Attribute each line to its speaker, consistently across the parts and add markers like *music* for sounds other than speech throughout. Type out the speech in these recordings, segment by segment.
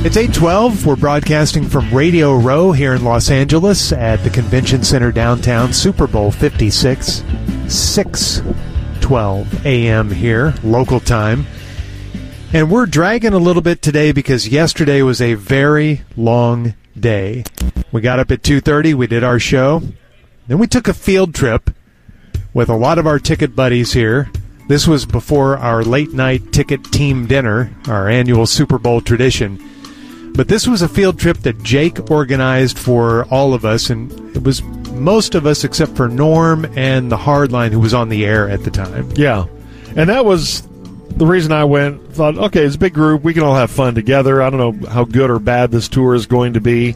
Speaker 1: It's 812. We're broadcasting from Radio Row here in Los Angeles at the Convention Center downtown, Super Bowl 56, 612 a.m. here, local time. And we're dragging a little bit today because yesterday was a very long day. We got up at 2:30, we did our show. Then we took a field trip with a lot of our ticket buddies here. This was before our late night ticket team dinner, our annual Super Bowl tradition. But this was a field trip that Jake organized for all of us, and it was most of us except for Norm and the Hardline, who was on the air at the time.
Speaker 2: Yeah. And that was the reason I went. Thought, okay, it's a big group. We can all have fun together. I don't know how good or bad this tour is going to be.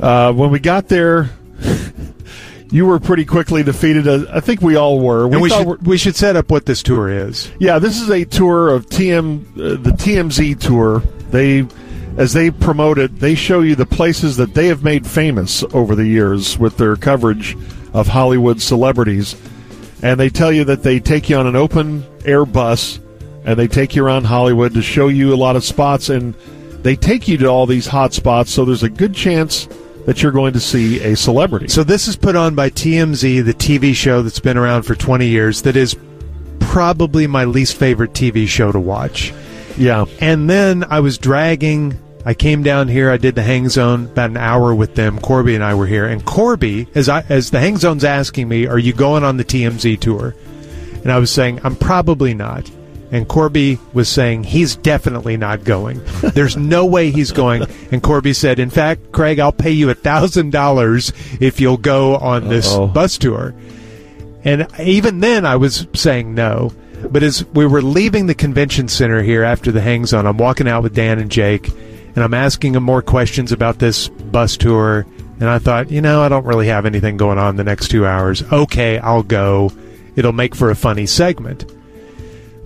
Speaker 2: Uh, when we got there, *laughs* you were pretty quickly defeated. as- I think we all were.
Speaker 1: and we
Speaker 2: thought
Speaker 1: should
Speaker 2: we're-
Speaker 1: we should set up what this tour is.
Speaker 2: yeah, this is a tour of TM, uh, the TMZ tour. They, as they promote it, they show you the places that they have made famous over the years with their coverage of Hollywood celebrities, and they tell you that they take you on an open air bus, and they take you around Hollywood to show you a lot of spots, and they take you to all these hot spots. So there's a good chance that you're going to see a celebrity.
Speaker 1: So this is put on by TMZ, the TV show that's been around for 20 years. That is probably my least favorite TV show to watch.
Speaker 2: yeah.
Speaker 1: And then I was dragging. I came down here. I did the hang zone about an hour with them. Corby and I were here, and Corby, as I as the hang zone's asking me, "Are you going on the TMZ tour?" And I was saying, "I'm probably not." And Corby was saying he's definitely not going. There's no way he's going. And Corby said, "In fact, Craig, I'll pay you a thousand dollars if you'll go on this
Speaker 2: Uh-oh.
Speaker 1: bus tour." And even then, I was saying no. But as we were leaving the convention center here after the hang zone, I'm walking out with Dan and Jake, and I'm asking them more questions about this bus tour. And I thought, you know, I don't really have anything going on the next two hours. Okay, I'll go. It'll make for a funny segment.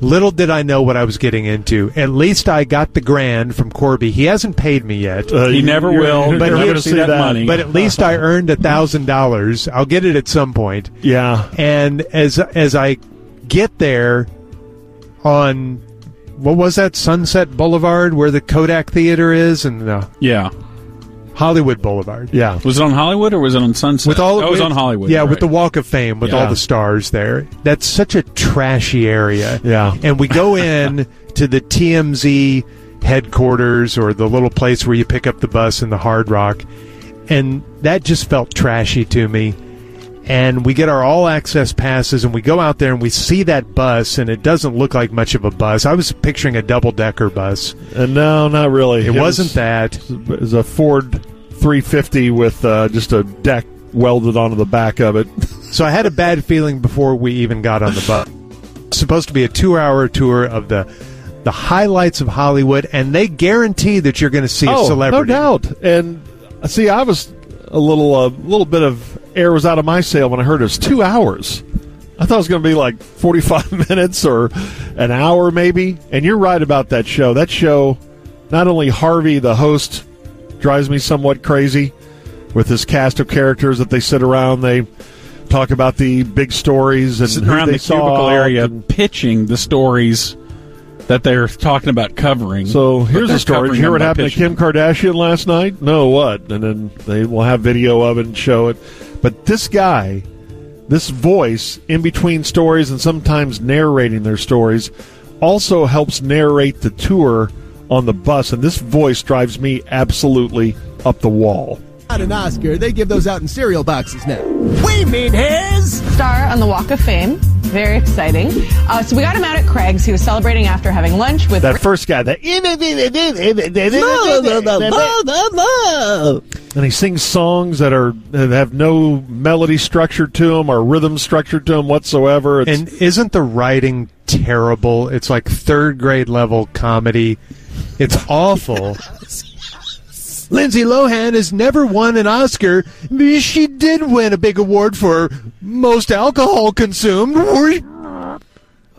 Speaker 1: Little did I know what I was getting into. At least I got the grand from Corby. He hasn't paid me yet.
Speaker 2: Uh,
Speaker 3: He
Speaker 2: you-
Speaker 3: never
Speaker 2: you're-
Speaker 3: will,
Speaker 2: you're
Speaker 3: but
Speaker 2: never
Speaker 3: he-
Speaker 2: gonna
Speaker 3: see that money.
Speaker 1: but at least I *laughs* earned a thousand dollars. I'll get it at some point
Speaker 2: Yeah.
Speaker 1: and as as I get there on what was that Sunset Boulevard where the Kodak Theater is and the
Speaker 3: Yeah.
Speaker 1: Hollywood Boulevard.
Speaker 2: Yeah.
Speaker 3: Was it on Hollywood or was it on Sunset?
Speaker 1: With all
Speaker 3: that was
Speaker 1: with-
Speaker 3: on Hollywood.
Speaker 1: Yeah,
Speaker 3: you're
Speaker 1: with the
Speaker 3: right.
Speaker 1: Walk of Fame with
Speaker 3: Yeah.
Speaker 1: all the stars there. That's such a trashy area.
Speaker 2: Yeah.
Speaker 1: And we go in to the TMZ headquarters or the little place where you pick up the bus in the Hard Rock and that just felt trashy to me. And we get our all access passes and we go out there and we see that bus and it doesn't look like much of a bus. I was picturing a double decker bus.
Speaker 2: Uh, no, not really.
Speaker 1: It wasn't
Speaker 2: that.
Speaker 1: that.
Speaker 2: It was a Ford 350 with uh, just a deck welded onto the back of it. *laughs*
Speaker 1: So I had a bad feeling before we even got on the bus. Supposed to be a two-hour tour of the the highlights of Hollywood, and they guarantee that you're going to see a
Speaker 2: Oh, no
Speaker 1: celebrity.
Speaker 2: doubt. And uh, see, I was a little a little bit of air was out of my sail when I heard it was two hours. I thought it was going to be like 45 *laughs* minutes or an hour maybe. And you're right about that show. That show, not only Harvey, the host, drives me somewhat crazy with his cast of characters that they sit around. They talk about the big stories and
Speaker 3: sitting
Speaker 2: who
Speaker 3: around
Speaker 2: they
Speaker 3: the
Speaker 2: saw
Speaker 3: cubicle area
Speaker 2: and-
Speaker 3: pitching the stories that they're talking about covering.
Speaker 2: So
Speaker 3: But
Speaker 2: here's
Speaker 3: they're
Speaker 2: a story.
Speaker 3: covering
Speaker 2: Hear
Speaker 3: them
Speaker 2: what
Speaker 3: by
Speaker 2: happened to Kim
Speaker 3: pitching.
Speaker 2: Kardashian last night? No, what? And then they will have video of it and show it. But this guy, this voice in between stories and sometimes narrating their stories, also helps narrate the tour on the bus. And this voice drives me absolutely up the wall.
Speaker 4: Not an Oscar. They give those out in cereal boxes now.
Speaker 5: We mean his.
Speaker 6: star on the Walk of Fame. Very exciting. Uh, so we got him out at Craig's. He was celebrating after having lunch with
Speaker 2: That first guy, that and he sings songs that are that have no melody structure to them or rhythm structure to them whatsoever. It's,
Speaker 1: And isn't the writing terrible? It's like third grade level comedy. It's
Speaker 2: *laughs*
Speaker 1: awful. Lindsay Lohan has never won an Oscar. She did win a big award for most alcohol consumed.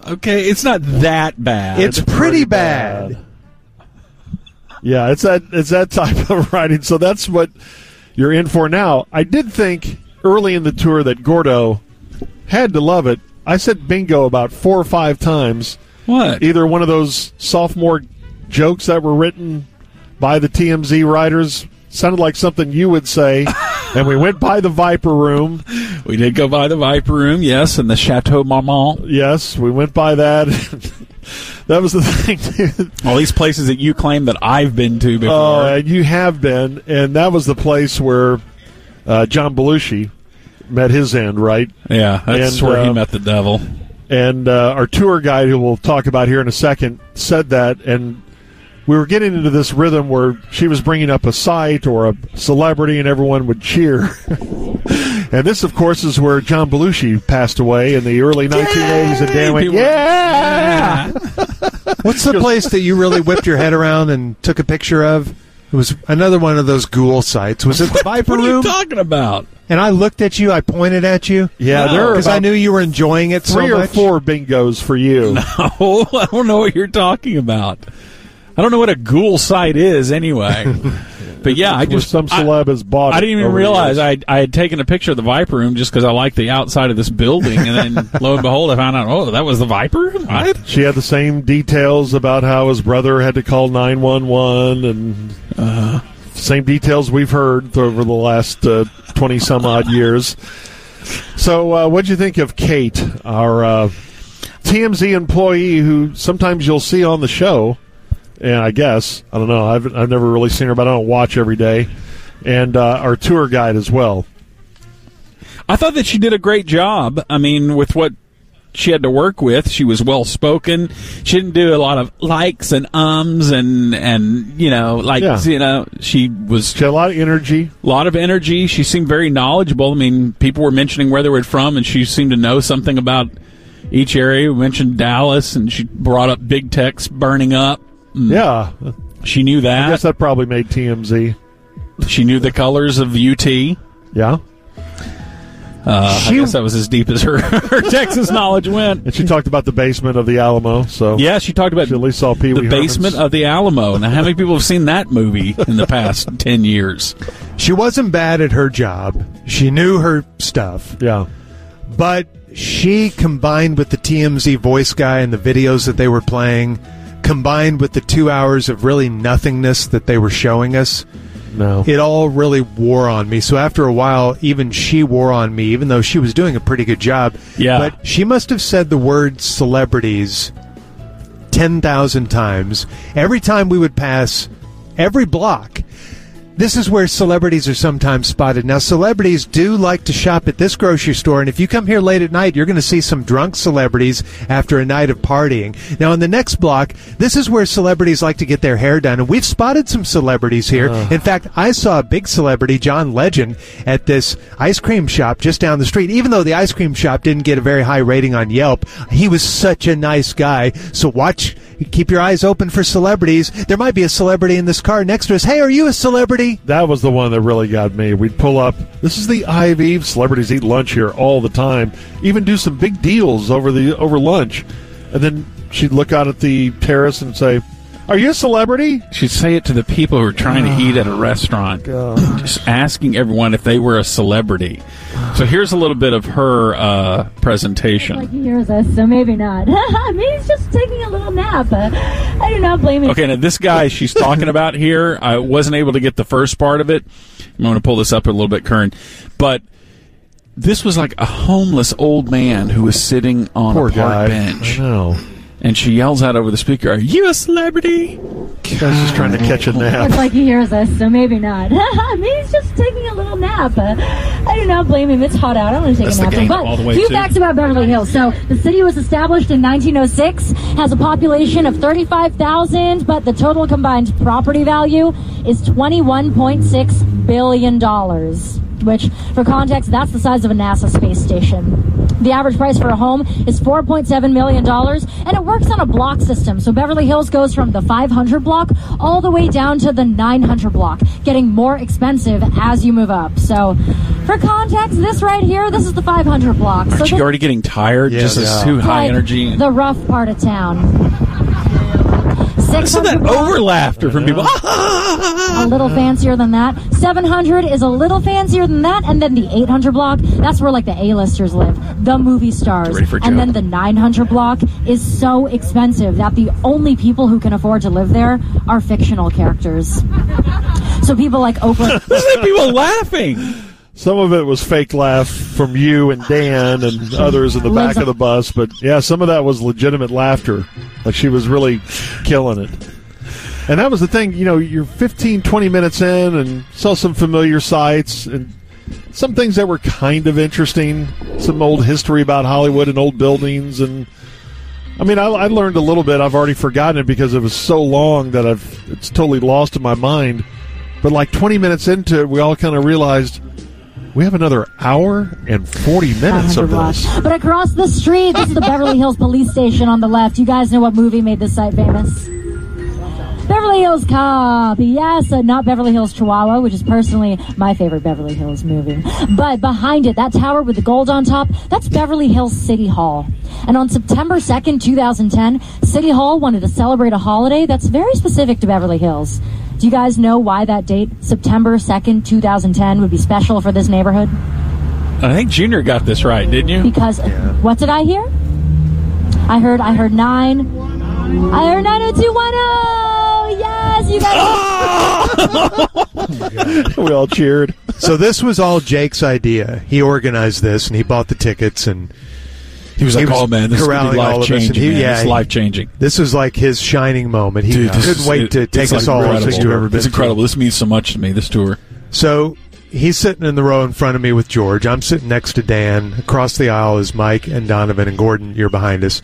Speaker 3: okay, it's not that bad.
Speaker 1: It's pretty bad.
Speaker 2: Yeah, it's that it's that *laughs* type of writing. So that's what you're in for now. I did think early in the tour that Gordo had to love it. I said bingo about four or five times.
Speaker 3: what?
Speaker 2: Either one of those sophomore jokes that were written by the TMZ writers. Sounded like something you would say.
Speaker 3: *laughs*
Speaker 2: and we went by the Viper Room.
Speaker 3: We did go by the Viper Room, yes, and the Chateau Marmont.
Speaker 2: Yes, we went by that. *laughs* *laughs* that was the thing. too.
Speaker 3: All these places that you claim that I've been to before.
Speaker 2: Oh, and you have been, and that was the place where uh, John Belushi met his end, right?
Speaker 3: yeah, that's
Speaker 2: and,
Speaker 3: where he
Speaker 2: uh,
Speaker 3: met the devil.
Speaker 2: and uh, our tour guide, who we'll talk about here in a second, said that, and we were getting into this rhythm where she was bringing up a site or a celebrity, and everyone would cheer. *laughs* and this, of course, is where John Belushi passed away in the early 1980s, and Dan went,
Speaker 3: People-
Speaker 2: "Yeah!"
Speaker 1: What's the place that you really whipped your head around and took a picture of? It was another one of those ghoul sites.
Speaker 2: *laughs*
Speaker 1: Was it the Viper
Speaker 3: What are you
Speaker 1: Room?
Speaker 3: talking about?
Speaker 1: and I looked at you. I pointed at you.
Speaker 2: Yeah,
Speaker 3: No.
Speaker 2: there are
Speaker 1: Because I
Speaker 2: about
Speaker 1: knew you were enjoying it so
Speaker 2: three or
Speaker 1: much.
Speaker 2: four bingos for
Speaker 3: *laughs*
Speaker 2: you.
Speaker 3: Oh, I don't know what you're talking about. I don't know what a ghoul site is anyway.
Speaker 2: *laughs*
Speaker 3: but yeah, I
Speaker 2: where
Speaker 3: just
Speaker 2: some
Speaker 3: I-
Speaker 2: celeb has bought.
Speaker 3: I
Speaker 2: it
Speaker 3: didn't even
Speaker 2: over the
Speaker 3: realize
Speaker 2: years.
Speaker 3: I I had taken a picture of the Viper Room just because I liked the outside of this building, and then *laughs* lo and behold, I found out oh that was the Viper Room. What?
Speaker 2: She had the same details about how his brother had to call 911 and uh, same details we've heard over the last 20 some odd years. So, uh, what'd you think of Kate, our uh, TMZ employee who sometimes you'll see on the show? And I guess, I don't know, I've, I've never really seen her, but I don't watch every day. And uh, our tour guide as well.
Speaker 3: I thought that she did a great job. I mean, with what she had to work with, she was well spoken. She didn't do a lot of likes and ums and and you know like
Speaker 2: Yeah.
Speaker 3: you know she was
Speaker 2: She had a lot of energy.
Speaker 3: lot of energy. She seemed very knowledgeable. I mean, people were mentioning where they were from, and she seemed to know something about each area. We mentioned Dallas, and she brought up big techs burning up. Mm.
Speaker 2: Yeah.
Speaker 3: She knew
Speaker 2: I guess
Speaker 3: that.
Speaker 2: that probably made TMZ.
Speaker 3: She knew the colors of UT.
Speaker 2: Yeah.
Speaker 3: Uh, I guess that was as deep as her, *laughs* her Texas knowledge went.
Speaker 2: And she talked about the basement of the Alamo. So
Speaker 3: Yeah, she talked about
Speaker 2: She at least saw Pee Wee.
Speaker 3: the basement of the Alamo. Now, how many people have seen that movie in the past *laughs* 10 years?
Speaker 1: She wasn't bad at her job. She knew her stuff.
Speaker 2: yeah,
Speaker 1: But she combined with the TMZ voice guy and the videos that they were playing, combined with the two hours of really nothingness that they were showing us,
Speaker 2: no,
Speaker 1: it all really wore on me. So after a while, even she wore on me, even though she was doing a pretty good job.
Speaker 3: Yeah.
Speaker 1: But she must have said the word celebrities 10,000 times. Every time we would pass every block, this is where celebrities are sometimes spotted. Now, celebrities do like to shop at this grocery store, and if you come here late at night, you're going to see some drunk celebrities after a night of partying. Now, in the next block, this is where celebrities like to get their hair done, and we've spotted some celebrities here. in fact, I saw a big celebrity, John Legend, at this ice cream shop just down the street. Even though the ice cream shop didn't get a very high rating on Yelp, he was such a nice guy. So watch, keep your eyes open for celebrities. There might be a celebrity in this car next to us. Hey, are you a celebrity?
Speaker 2: that was the one that really got me. We'd pull up. This is the Ivy. Celebrities eat lunch here all the time. Even do some big deals over the over lunch, and then she'd look out at the terrace and say, "Are you a celebrity?"
Speaker 3: She'd say it to the people who are trying to eat at a restaurant, just asking everyone if they were a celebrity. So here's a little bit of her uh,
Speaker 7: like
Speaker 3: presentation.
Speaker 7: he hears us, so maybe not. *laughs* maybe he's just taking a little nap. Uh, I do not blame him.
Speaker 3: Okay, now this guy she's talking about here, I wasn't able to get the first part of it. I'm going to pull this up a little bit current, but this was like a homeless old man who was sitting on
Speaker 2: Poor
Speaker 3: a park
Speaker 2: guy.
Speaker 3: bench,
Speaker 2: I know.
Speaker 3: and she yells out over the speaker, "Are you a celebrity?"
Speaker 2: Guy's just trying to catch a nap.
Speaker 7: It's like he hears us, so maybe not. *laughs* maybe he's just taking a little nap. Uh, I do not blame him. It's hot out. I want to take
Speaker 3: That's
Speaker 7: a
Speaker 3: the
Speaker 7: nap.
Speaker 3: game
Speaker 7: but
Speaker 3: all the way
Speaker 7: few
Speaker 3: to-
Speaker 7: facts about Beverly Hills. So the city was established in 1906, has a population of 35,000, but the total combined property value is 21.6 billion dollars. Which, for context, that's the size of a NASA space station. The average price for a home is $4.7 million, and it works on a block system. So Beverly Hills goes from the 500 block all the way down to the 900 block, getting more expensive as you move up. So, for context, this right here, this is the 500 block. so
Speaker 3: *laughs* Aren't you
Speaker 7: this
Speaker 3: already getting tired?
Speaker 1: Yeah,
Speaker 3: just as
Speaker 1: yeah.
Speaker 3: too high
Speaker 7: like
Speaker 3: energy.
Speaker 7: The rough part of town. Six
Speaker 3: Listen to that over laughter from people. *laughs*
Speaker 7: a little fancier than that. 700 is a little fancier than that. And then the 800 block, that's where like the A-listers live, the movie stars.
Speaker 3: ready for
Speaker 7: and
Speaker 3: Joe.
Speaker 7: then the 900 block is so expensive that the only people who can afford to live there are fictional characters. So people like Oprah.
Speaker 3: Listen to people laughing.
Speaker 2: Some of it was fake laugh from you and Dan and others in the back of the bus, but yeah, some of that was legitimate laughter. Like she was really killing it. And that was the thing, you know, you're 15, 20 minutes in and saw some familiar sights and some things that were kind of interesting, some old history about Hollywood and old buildings. And I mean, I, I learned a little bit. I've already forgotten it because it was so long that I've, it's totally lost in my mind. But like 20 minutes into it, we all kind of realized we have another hour and 40 minutes
Speaker 7: 500
Speaker 2: of
Speaker 7: block.
Speaker 2: this.
Speaker 7: But across the street, this is the Beverly Hills Police Station on the left. You guys know what movie made this site famous? Beverly Hills Cop. Yes, uh, not Beverly Hills Chihuahua, which is personally my favorite Beverly Hills movie. But behind it, that tower with the gold on top, that's Beverly Hills City Hall. And on September 2nd, 2010, City Hall wanted to celebrate a holiday that's very specific to Beverly Hills. Do you guys know why that date, September 2nd, 2010, would be special for this neighborhood?
Speaker 3: I think Junior got this right, didn't you?
Speaker 7: because what did I hear? I heard I heard nine. I heard nine oh two one oh. Yes, you guys.
Speaker 2: *laughs* We all cheered.
Speaker 1: *laughs* So this was all Jake's idea. He organized this and he bought the tickets and
Speaker 3: He was
Speaker 1: He
Speaker 3: like,
Speaker 1: was
Speaker 3: "Oh man, this is gonna be
Speaker 1: corralling all
Speaker 3: life
Speaker 1: of us, and
Speaker 3: changing.
Speaker 1: he-
Speaker 3: man.
Speaker 1: yeah,
Speaker 3: It's
Speaker 1: he-
Speaker 3: life changing."
Speaker 1: this was like his shining moment. He
Speaker 3: Dude, this
Speaker 1: couldn't
Speaker 3: is-
Speaker 1: wait
Speaker 3: it-
Speaker 1: to
Speaker 3: it's,
Speaker 1: take
Speaker 3: like,
Speaker 1: us all all
Speaker 3: incredible.
Speaker 1: that you've ever been.
Speaker 3: It's
Speaker 1: to.
Speaker 3: incredible. This means so much to me. This tour.
Speaker 1: So he's sitting in the row in front of me with George. I'm sitting next to Dan. Across the aisle is Mike and Donovan and Gordon. You're behind us.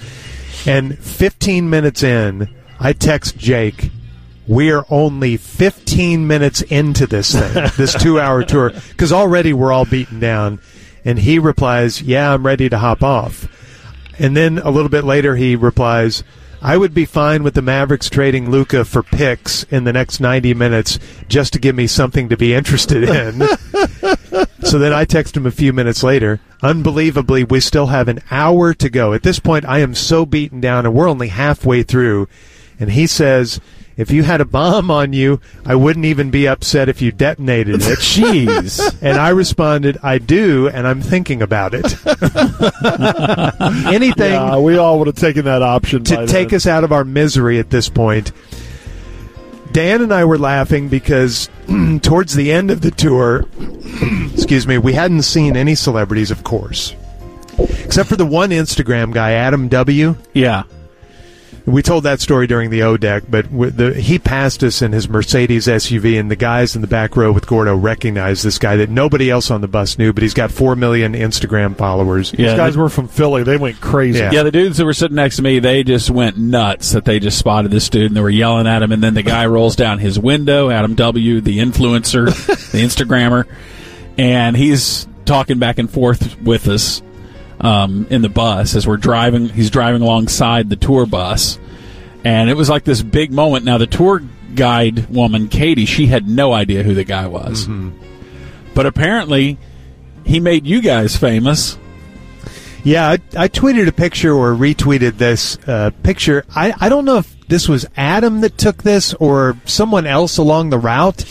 Speaker 1: And 15 minutes in, I text Jake. We are only 15 minutes into this thing, this two hour tour, because already we're all beaten down. And he replies, Yeah, I'm ready to hop off. And then a little bit later, he replies, I would be fine with the Mavericks trading Luca for picks in the next 90 minutes just to give me something to be interested in. so then I text him a few minutes later. Unbelievably, we still have an hour to go. At this point, I am so beaten down and we're only halfway through. And he says, if you had a bomb on you, I wouldn't even be upset if you detonated it.
Speaker 3: Jeez.
Speaker 1: And I responded, I do, and I'm thinking about it. Anything
Speaker 2: Yeah, we all would have taken that option.
Speaker 1: to take us out of our misery at this point. Dan and I were laughing because *clears throat* towards the end of the tour, *clears throat* excuse me, we hadn't seen any celebrities, of course, except for the one Instagram guy, Adam W.
Speaker 3: yeah.
Speaker 1: We told that story during the O deck, but with the, he passed us in his Mercedes SUV, and the guys in the back row with Gordo recognized this guy that nobody else on the bus knew, but he's got four million Instagram followers.
Speaker 3: Yeah.
Speaker 2: These guys were from Philly. They went crazy.
Speaker 1: Yeah.
Speaker 3: Yeah, the dudes that were sitting next to me, they just went nuts that they just spotted this dude and they were yelling at him. And then the guy rolls down his window, Adam W., the influencer, the Instagrammer, and he's talking back and forth with us um, in the bus as we're driving. He's driving alongside the tour bus. And it was like this big moment. Now, the tour guide woman, Katie, she had no idea who the guy was. But apparently, he made you guys famous.
Speaker 1: Yeah, I, I tweeted a picture or retweeted this uh, picture. I, I don't know if this was Adam that took this or someone else along the route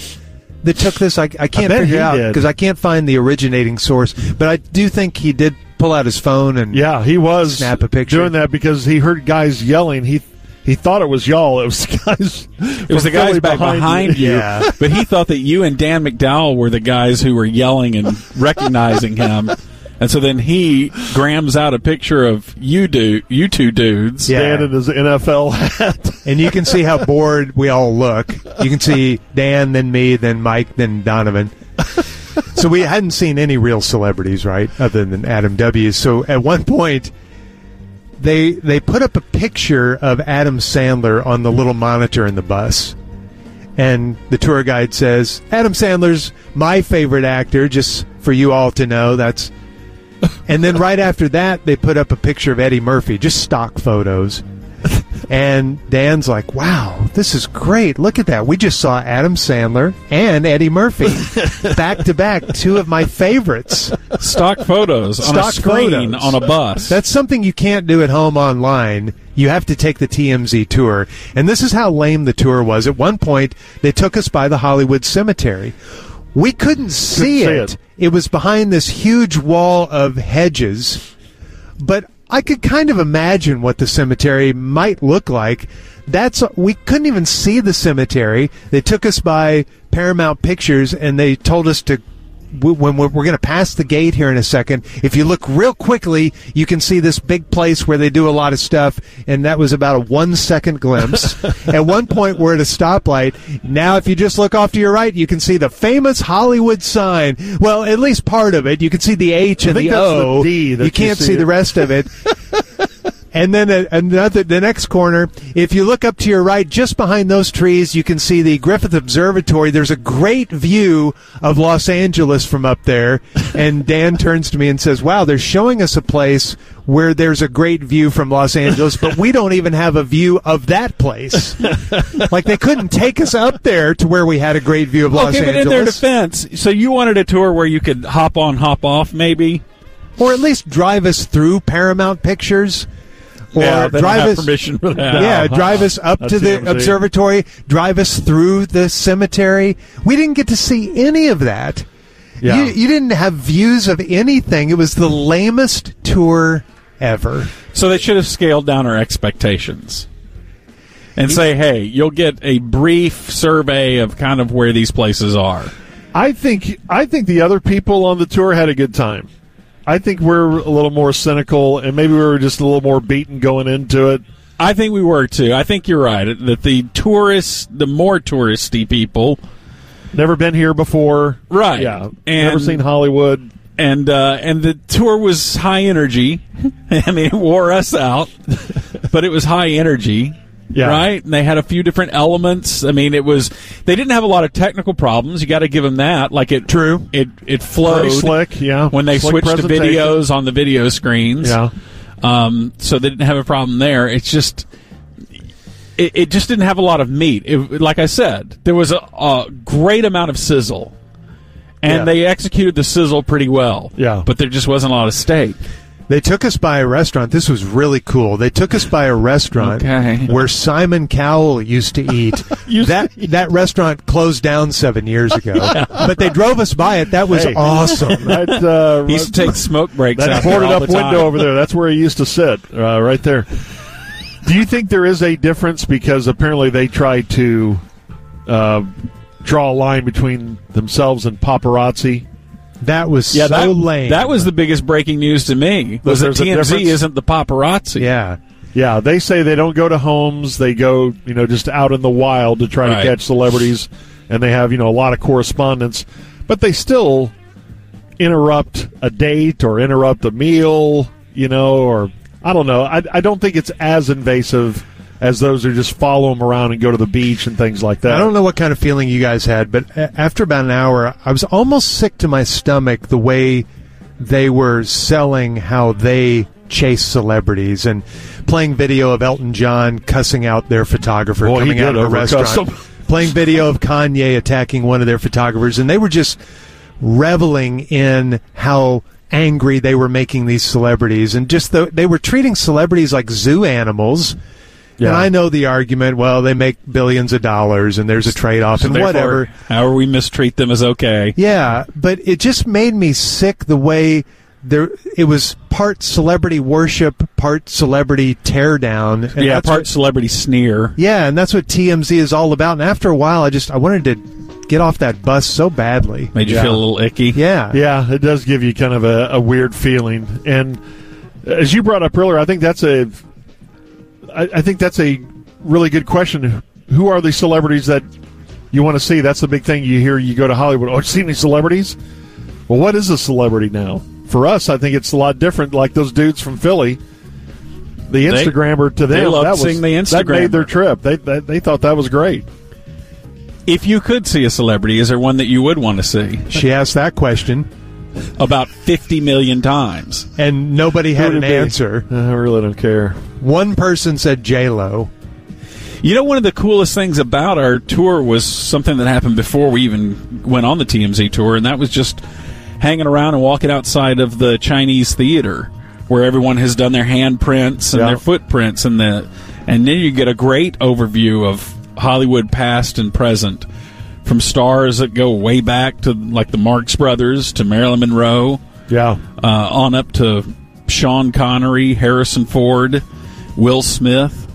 Speaker 1: that took this. I, I can't
Speaker 2: bet
Speaker 1: figure
Speaker 2: he
Speaker 1: out
Speaker 2: did.
Speaker 1: because I can't find the originating source. But I do think he did pull out his phone and
Speaker 2: Yeah, he was
Speaker 1: Snap a picture.
Speaker 2: doing that because he heard guys yelling. He he thought it was y'all. It was *laughs* guys.
Speaker 3: It was the guys back behind, you.
Speaker 1: Yeah.
Speaker 3: But he thought that you and Dan McDowell were the guys who were yelling and recognizing him. And so then he grams out a picture of you do you two dudes.
Speaker 1: Yeah.
Speaker 2: Dan in his NFL hat.
Speaker 1: *laughs* and you can see how bored we all look. You can see Dan, then me, then Mike, then Donovan. So we hadn't seen any real celebrities, right, other than Adam W. So at one point, they they put up a picture of Adam Sandler on the little monitor in the bus, and the tour guide says, "Adam Sandler's my favorite actor." Just for you all to know, that's. And then right after that, they put up a picture of Eddie Murphy, just stock photos. And Dan's like, wow, this is great. Look at that. We just saw Adam Sandler and Eddie Murphy back to back, two of my favorites.
Speaker 3: Stock photos on a
Speaker 1: Stock
Speaker 3: screen
Speaker 1: photos.
Speaker 3: on a bus.
Speaker 1: That's something you can't do at home online. you have to take the TMZ tour. And this is how lame the tour was. At one point, they took us by the Hollywood Cemetery. We couldn't see,
Speaker 2: Couldn't
Speaker 1: it.
Speaker 2: see it.
Speaker 1: It was behind this huge wall of hedges, but I could kind of imagine what the cemetery might look like. That's we couldn't even see the cemetery. They took us by Paramount Pictures and they told us to w- when we're, we're going to pass the gate here in a second. If you look real quickly, you can see this big place where they do a lot of stuff. And that was about a one
Speaker 2: *laughs*
Speaker 1: second glimpse. at one point, we're at a stoplight. Now, if you just look off to your right, you can see the famous Hollywood sign. Well, at least part of it. You can see the H and
Speaker 2: think
Speaker 1: the
Speaker 2: that's the
Speaker 1: O.
Speaker 2: D that
Speaker 1: you
Speaker 2: you
Speaker 1: can't
Speaker 2: see
Speaker 1: see the
Speaker 2: it.
Speaker 1: rest of
Speaker 3: *laughs*
Speaker 1: it. And then a- another, the next corner, if you look up to your right, just behind those trees, you can see the Griffith Observatory. There's a great view of Los Angeles from up there. And Dan turns to me and says, wow, they're showing us a place where there's a great view from Los Angeles, but we don't even have a view of that
Speaker 3: *laughs*
Speaker 1: place. like they couldn't take us up there to where we had a great view of Los
Speaker 3: okay, but
Speaker 1: Angeles.
Speaker 3: in their defense, so you wanted a tour where you could hop on, hop off, maybe.
Speaker 1: or at least drive us through Paramount Pictures. Or
Speaker 3: Yeah, they don't
Speaker 1: drive
Speaker 3: have
Speaker 1: us
Speaker 3: permission for that. *laughs*
Speaker 1: Yeah, drive us up
Speaker 2: That's
Speaker 1: to the
Speaker 2: TMZ.
Speaker 1: observatory. Drive us through the cemetery. We didn't get to see any of that.
Speaker 2: Yeah.
Speaker 1: You, you didn't have views of anything. It was the lamest tour ever.
Speaker 3: So they should have scaled down our expectations and say, "Hey, you'll get a brief survey of kind of where these places are."
Speaker 2: I think I think the other people on the tour had a good time. I think we're a little more cynical, and maybe we were just a little more beaten going into it.
Speaker 3: I think we were too. I think you're right that the tourists, the more touristy people,
Speaker 2: Never been here before,
Speaker 3: Right.
Speaker 2: Yeah, never
Speaker 3: And-
Speaker 2: seen Hollywood.
Speaker 3: and uh, and the tour was high energy. *laughs* I mean, it wore us out, but it was high energy.
Speaker 2: Yeah.
Speaker 3: Right, and they had a few different elements. I mean, it was they didn't have a lot of technical problems. You got to give them that. Like it,
Speaker 1: True.
Speaker 3: It it flowed
Speaker 2: Pretty slick, yeah.
Speaker 3: When they
Speaker 2: Slick
Speaker 3: switched to
Speaker 2: presentation.
Speaker 3: videos on the video screens,
Speaker 2: Yeah.
Speaker 3: Um, so they didn't have a problem there. It's just it, it just didn't have a lot of meat. It, like I said, there was a, a great amount of sizzle, and
Speaker 2: Yeah.
Speaker 3: they executed the sizzle pretty well.
Speaker 2: Yeah.
Speaker 3: but there just wasn't a lot of steak.
Speaker 1: They took us by a restaurant. This was really cool. They took us by a restaurant
Speaker 3: Okay.
Speaker 1: where Simon Cowell used to
Speaker 3: *laughs*
Speaker 1: eat. that that restaurant closed down seven years
Speaker 3: *laughs*
Speaker 1: ago, but they drove us by it. That was
Speaker 2: Hey.
Speaker 1: awesome.
Speaker 2: That uh,
Speaker 3: He used to
Speaker 2: *laughs*
Speaker 3: take smoke breaks.
Speaker 2: that
Speaker 3: out there
Speaker 2: boarded
Speaker 3: all
Speaker 2: up
Speaker 3: the
Speaker 2: window
Speaker 3: time.
Speaker 2: over there. That's where he used to sit, uh, right
Speaker 3: *laughs*
Speaker 2: there. Do you think there is a difference because apparently they tried to uh, draw a line between themselves and paparazzi?
Speaker 1: That was
Speaker 3: Yeah,
Speaker 1: so
Speaker 3: that,
Speaker 1: lame.
Speaker 3: that was the biggest breaking news to me. Was that
Speaker 2: there's a
Speaker 3: TMZ
Speaker 2: difference?
Speaker 3: isn't the paparazzi?
Speaker 1: yeah.
Speaker 2: Yeah, they say they don't go to homes; they go, you know, just out in the wild to try
Speaker 3: Right.
Speaker 2: to catch celebrities, and they have, you know, a lot of correspondence. But they still interrupt a date or interrupt a meal, you know, or I don't know. I, I don't think it's as invasive as those who just follow them around and go to the beach and things like that.
Speaker 1: I don't know what kind of feeling you guys had, but a- after about an hour, I was almost sick to my stomach the way they were selling how they chase celebrities and playing video of Elton John cussing out their photographer
Speaker 2: Boy, he
Speaker 1: coming out
Speaker 2: did
Speaker 1: of a
Speaker 2: overcuss
Speaker 1: restaurant,
Speaker 2: him.
Speaker 1: playing video of Kanye attacking one of their photographers, and they were just reveling in how angry they were making these celebrities and just the, they were treating celebrities like zoo animals and
Speaker 2: Yeah.
Speaker 1: i know the argument well they make billions of dollars and there's a trade-off and
Speaker 3: Therefore,
Speaker 1: whatever
Speaker 3: However, we mistreat them is okay.
Speaker 1: yeah but it just made me sick the way there it was part celebrity worship part celebrity teardown and
Speaker 3: yeah,
Speaker 1: that's
Speaker 3: part
Speaker 1: what-
Speaker 3: celebrity sneer.
Speaker 1: yeah and that's what tmz is all about and after a while i just i wanted to get off that bus so badly
Speaker 3: Made you
Speaker 2: Yeah.
Speaker 3: feel a little icky.
Speaker 1: yeah
Speaker 2: Yeah, it does give you kind of a, a weird feeling. And as you brought up earlier, I think that's a, I, I think that's a really good question. Who are the celebrities that you want to see? That's the big thing you hear. You go to Hollywood. Oh, you see any celebrities? Well, what is a celebrity now? For us, I think it's a lot different. Like those dudes from Philly, the
Speaker 3: They-
Speaker 2: Instagrammer to them,
Speaker 3: they loved
Speaker 2: that was
Speaker 3: seeing the
Speaker 2: that made their
Speaker 3: Instagrammer.
Speaker 2: trip. They, they they thought that was great.
Speaker 3: If you could see a celebrity, is there one that you would want to see?
Speaker 1: she asked that question
Speaker 3: About 50 million times.
Speaker 1: and nobody had
Speaker 2: Who
Speaker 1: an
Speaker 2: would it be?
Speaker 1: answer
Speaker 2: I really don't care.
Speaker 1: one person said j-lo
Speaker 3: You know, one of the coolest things about our tour was something that happened before we even went on the TMZ tour, and that was just hanging around and walking outside of the Chinese theater where everyone has done their handprints and
Speaker 2: Yeah.
Speaker 3: their footprints and the and then you get a great overview of Hollywood past and present from stars that go way back to like the Marx Brothers to Marilyn Monroe
Speaker 2: Yeah.
Speaker 3: uh, on up to Sean Connery, Harrison Ford, Will Smith.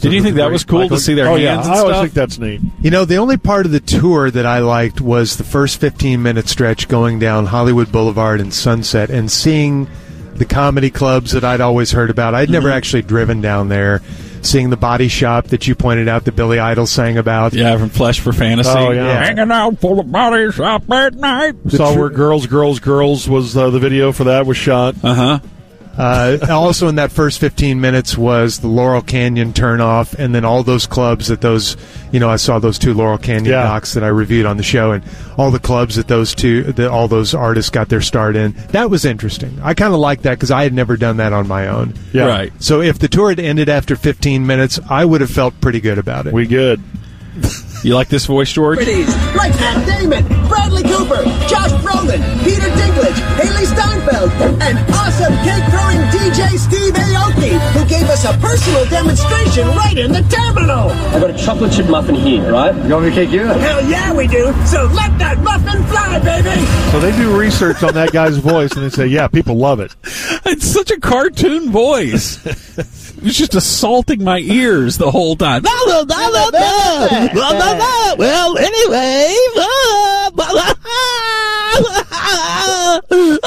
Speaker 3: Did you think that was cool to see their
Speaker 2: oh,
Speaker 3: hands
Speaker 2: yeah.
Speaker 3: and
Speaker 2: I always
Speaker 3: stuff?
Speaker 2: think that's neat.
Speaker 1: You know, the only part of the tour that I liked was the first 15 minute stretch going down Hollywood Boulevard and Sunset and seeing the comedy clubs that I'd always heard about. I'd
Speaker 3: Mm-hmm.
Speaker 1: never actually driven down there. Seeing the body shop that you pointed out that Billy Idol sang about.
Speaker 3: yeah, from Flesh for Fantasy.
Speaker 2: Oh, yeah.
Speaker 3: Hanging out for the bodies up at night.
Speaker 2: Saw where Girls, Girls, Girls was uh, the video for that was shot.
Speaker 3: Uh huh.
Speaker 1: Uh, also, in that first 15 minutes was the Laurel Canyon turnoff, and then all those clubs that those, you know, I saw those two Laurel Canyon
Speaker 2: Yeah.
Speaker 1: docs that I reviewed on the show, and all the clubs that those two, that all those artists got their start in. That was interesting. I kind of liked that because I had never done that on my own.
Speaker 2: Yeah.
Speaker 3: Right.
Speaker 1: So if the tour had ended after 15 minutes, I would have felt pretty good about it.
Speaker 2: We good.
Speaker 3: You like this voice, George?
Speaker 5: like Matt Damon, Bradley Cooper, Josh Brolin, Peter Dinklage, Haley Steinfeld, and awesome cake-throwing DJ Steve Aoki, who gave us a personal demonstration right in the terminal.
Speaker 8: I've got a chocolate chip muffin here, right? You want me to take you?
Speaker 5: Hell yeah, we do. So let that muffin fly, baby.
Speaker 2: So they do research on that guy's voice, and they say, yeah, people love it.
Speaker 3: *laughs* It's such a *laughs* cartoon voice. it was just assaulting my ears the whole time. Blah, blah, blah, blah, blah. Blah, blah, blah. Well, anyway. blah, blah, blah.
Speaker 1: It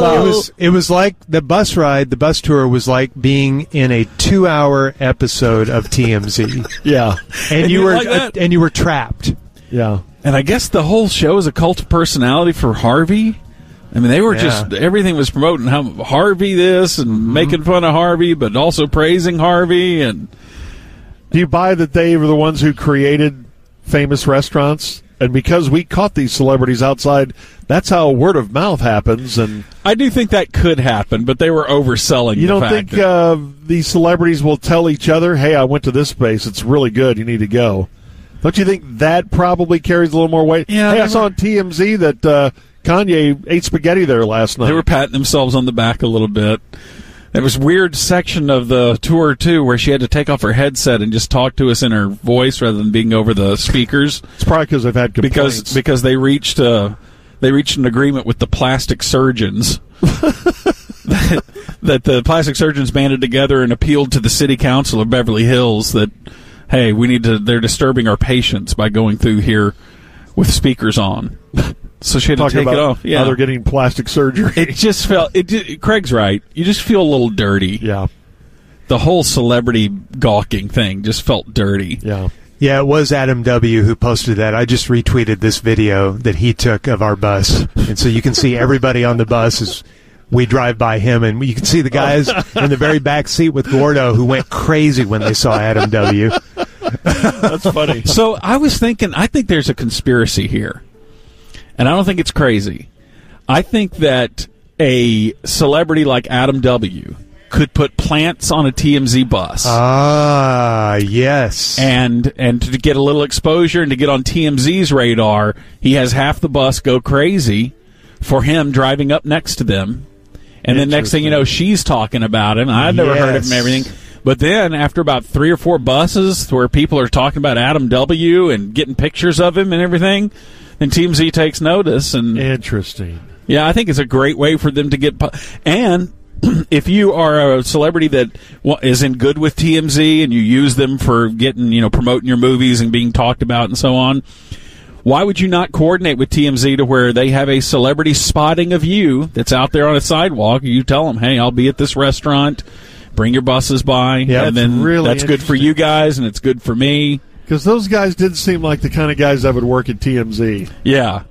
Speaker 3: Oh.
Speaker 1: was it was like the bus ride, the bus tour was like being in a two hour episode of
Speaker 9: *laughs*
Speaker 1: TMZ,
Speaker 2: Yeah.
Speaker 3: *laughs*
Speaker 1: and you
Speaker 3: you
Speaker 1: were
Speaker 3: like that?
Speaker 1: and you were trapped.
Speaker 2: Yeah.
Speaker 3: And I guess the whole show is a cult of personality for Harvey. I mean, they were just
Speaker 1: Yeah.
Speaker 3: everything was promoting how Harvey this and making fun of Harvey, but also praising Harvey. And
Speaker 2: Do you buy that they were the ones who created famous restaurants? And because we caught these celebrities outside, that's how word of mouth happens. And
Speaker 3: I do think that could happen, but they were overselling.
Speaker 2: you
Speaker 3: the
Speaker 2: don't
Speaker 3: fact
Speaker 2: think
Speaker 3: that-
Speaker 2: uh, these celebrities will tell each other, "Hey, I went to this place; it's really good. You need to go." Don't you think that probably carries a little more weight?
Speaker 3: Yeah,
Speaker 2: hey,
Speaker 3: they
Speaker 2: I
Speaker 3: were-
Speaker 2: saw on TMZ that uh, Kanye ate spaghetti there last night.
Speaker 3: They were patting themselves on the back a little bit. There was weird section of the tour too where she had to take off her headset and just talk to us in her voice rather than being over the speakers
Speaker 2: it's probably because they've had complaints.
Speaker 3: because because they reached uh, they reached an agreement with the plastic surgeons that the plastic surgeons banded together and appealed to the city council of Beverly Hills that hey we need to they're disturbing our patients by going through here with speakers on *laughs* so she had to
Speaker 2: talking
Speaker 3: take
Speaker 2: about
Speaker 3: it off yeah
Speaker 2: how they're getting plastic surgery.
Speaker 3: it just felt it. Did, Craig's right. You just feel a little dirty.
Speaker 2: yeah,
Speaker 3: The whole celebrity gawking thing just felt dirty.
Speaker 2: yeah.
Speaker 1: Yeah, it was Adam W. who posted that. I just retweeted this video that he took of our bus. And so you can see everybody on the bus as we drive by him. And you can see the guys
Speaker 9: Oh.
Speaker 1: in
Speaker 9: *laughs*
Speaker 1: the very back seat with Gordo who went crazy when they saw Adam W.
Speaker 2: That's funny.
Speaker 3: *laughs* So I was thinking. I think there's a conspiracy here, and I don't think it's crazy. I think that a celebrity like Adam W. could put plants on a TMZ bus.
Speaker 1: Ah, yes.
Speaker 3: and and to get a little exposure and to get on TMZ's radar, he has half the bus go crazy for him driving up next to them, and then next thing you know, she's talking about him. I've never heard of him.
Speaker 1: Yes.
Speaker 3: Everything, but then after about three or four buses where people are talking about Adam W. and getting pictures of him and everything, then TMZ takes notice and
Speaker 2: Interesting.
Speaker 3: yeah, I think it's a great way for them to get. pu- And *clears throat* if you are a celebrity that wa- is in good with TMZ and you use them for getting, you know, promoting your movies and being talked about and so on, why would you not coordinate with TMZ to where they have a celebrity spotting of you that's out there on a sidewalk? You tell them, hey, I'll be at this restaurant. Bring your buses by,
Speaker 1: Yeah,
Speaker 3: and
Speaker 1: that's
Speaker 3: then
Speaker 2: really
Speaker 3: that's good for
Speaker 2: interesting.
Speaker 3: you guys, and it's good for me.
Speaker 2: Because those guys did seem like the kind of guys that would work at TMZ.
Speaker 3: Yeah,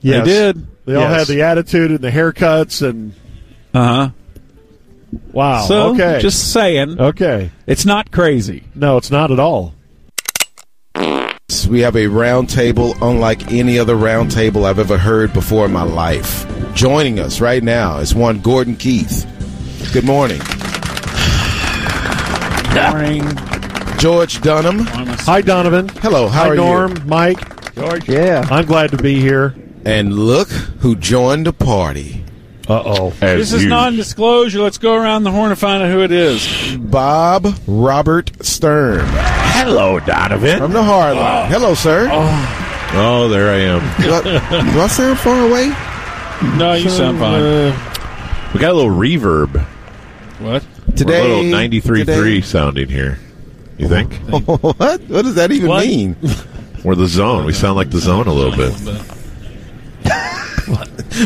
Speaker 1: yes.
Speaker 3: they did.
Speaker 2: They all had
Speaker 1: Yes.
Speaker 2: the attitude and the haircuts and
Speaker 3: Uh huh.
Speaker 2: wow.
Speaker 3: so,
Speaker 2: okay.
Speaker 3: just saying,
Speaker 2: okay.
Speaker 3: it's not crazy.
Speaker 2: No, it's not at all.
Speaker 10: We have a round table unlike any other round table I've ever heard before in my life. Joining us right now is one Gordon Keith. Good morning.
Speaker 3: Boring.
Speaker 10: George Dunham.
Speaker 2: Hi, Donovan.
Speaker 10: Hello, Oh, how
Speaker 2: Hi,
Speaker 10: are you?
Speaker 2: Norm, Mike, George. Yeah. I'm glad to be here.
Speaker 10: And look who joined the party.
Speaker 2: Uh oh.
Speaker 3: This is non-disclosure. Let's go around the horn and find out who it is.
Speaker 10: Bob Robert Stern
Speaker 11: Hello, Donovan.
Speaker 10: from the hard line. Hello, sir.
Speaker 11: Oh, there I am.
Speaker 10: Do, I, do I sound far away?
Speaker 3: No, Oh, you sound fine.
Speaker 10: Uh,
Speaker 11: We got a little reverb.
Speaker 3: What?
Speaker 11: We're a little
Speaker 10: Today,
Speaker 11: 93.3 sounding here.
Speaker 3: *laughs*
Speaker 11: You think?
Speaker 10: *laughs* What? What does that even
Speaker 3: What?
Speaker 10: mean?
Speaker 11: *laughs* We're the zone. We sound like the zone a little bit.
Speaker 10: *laughs*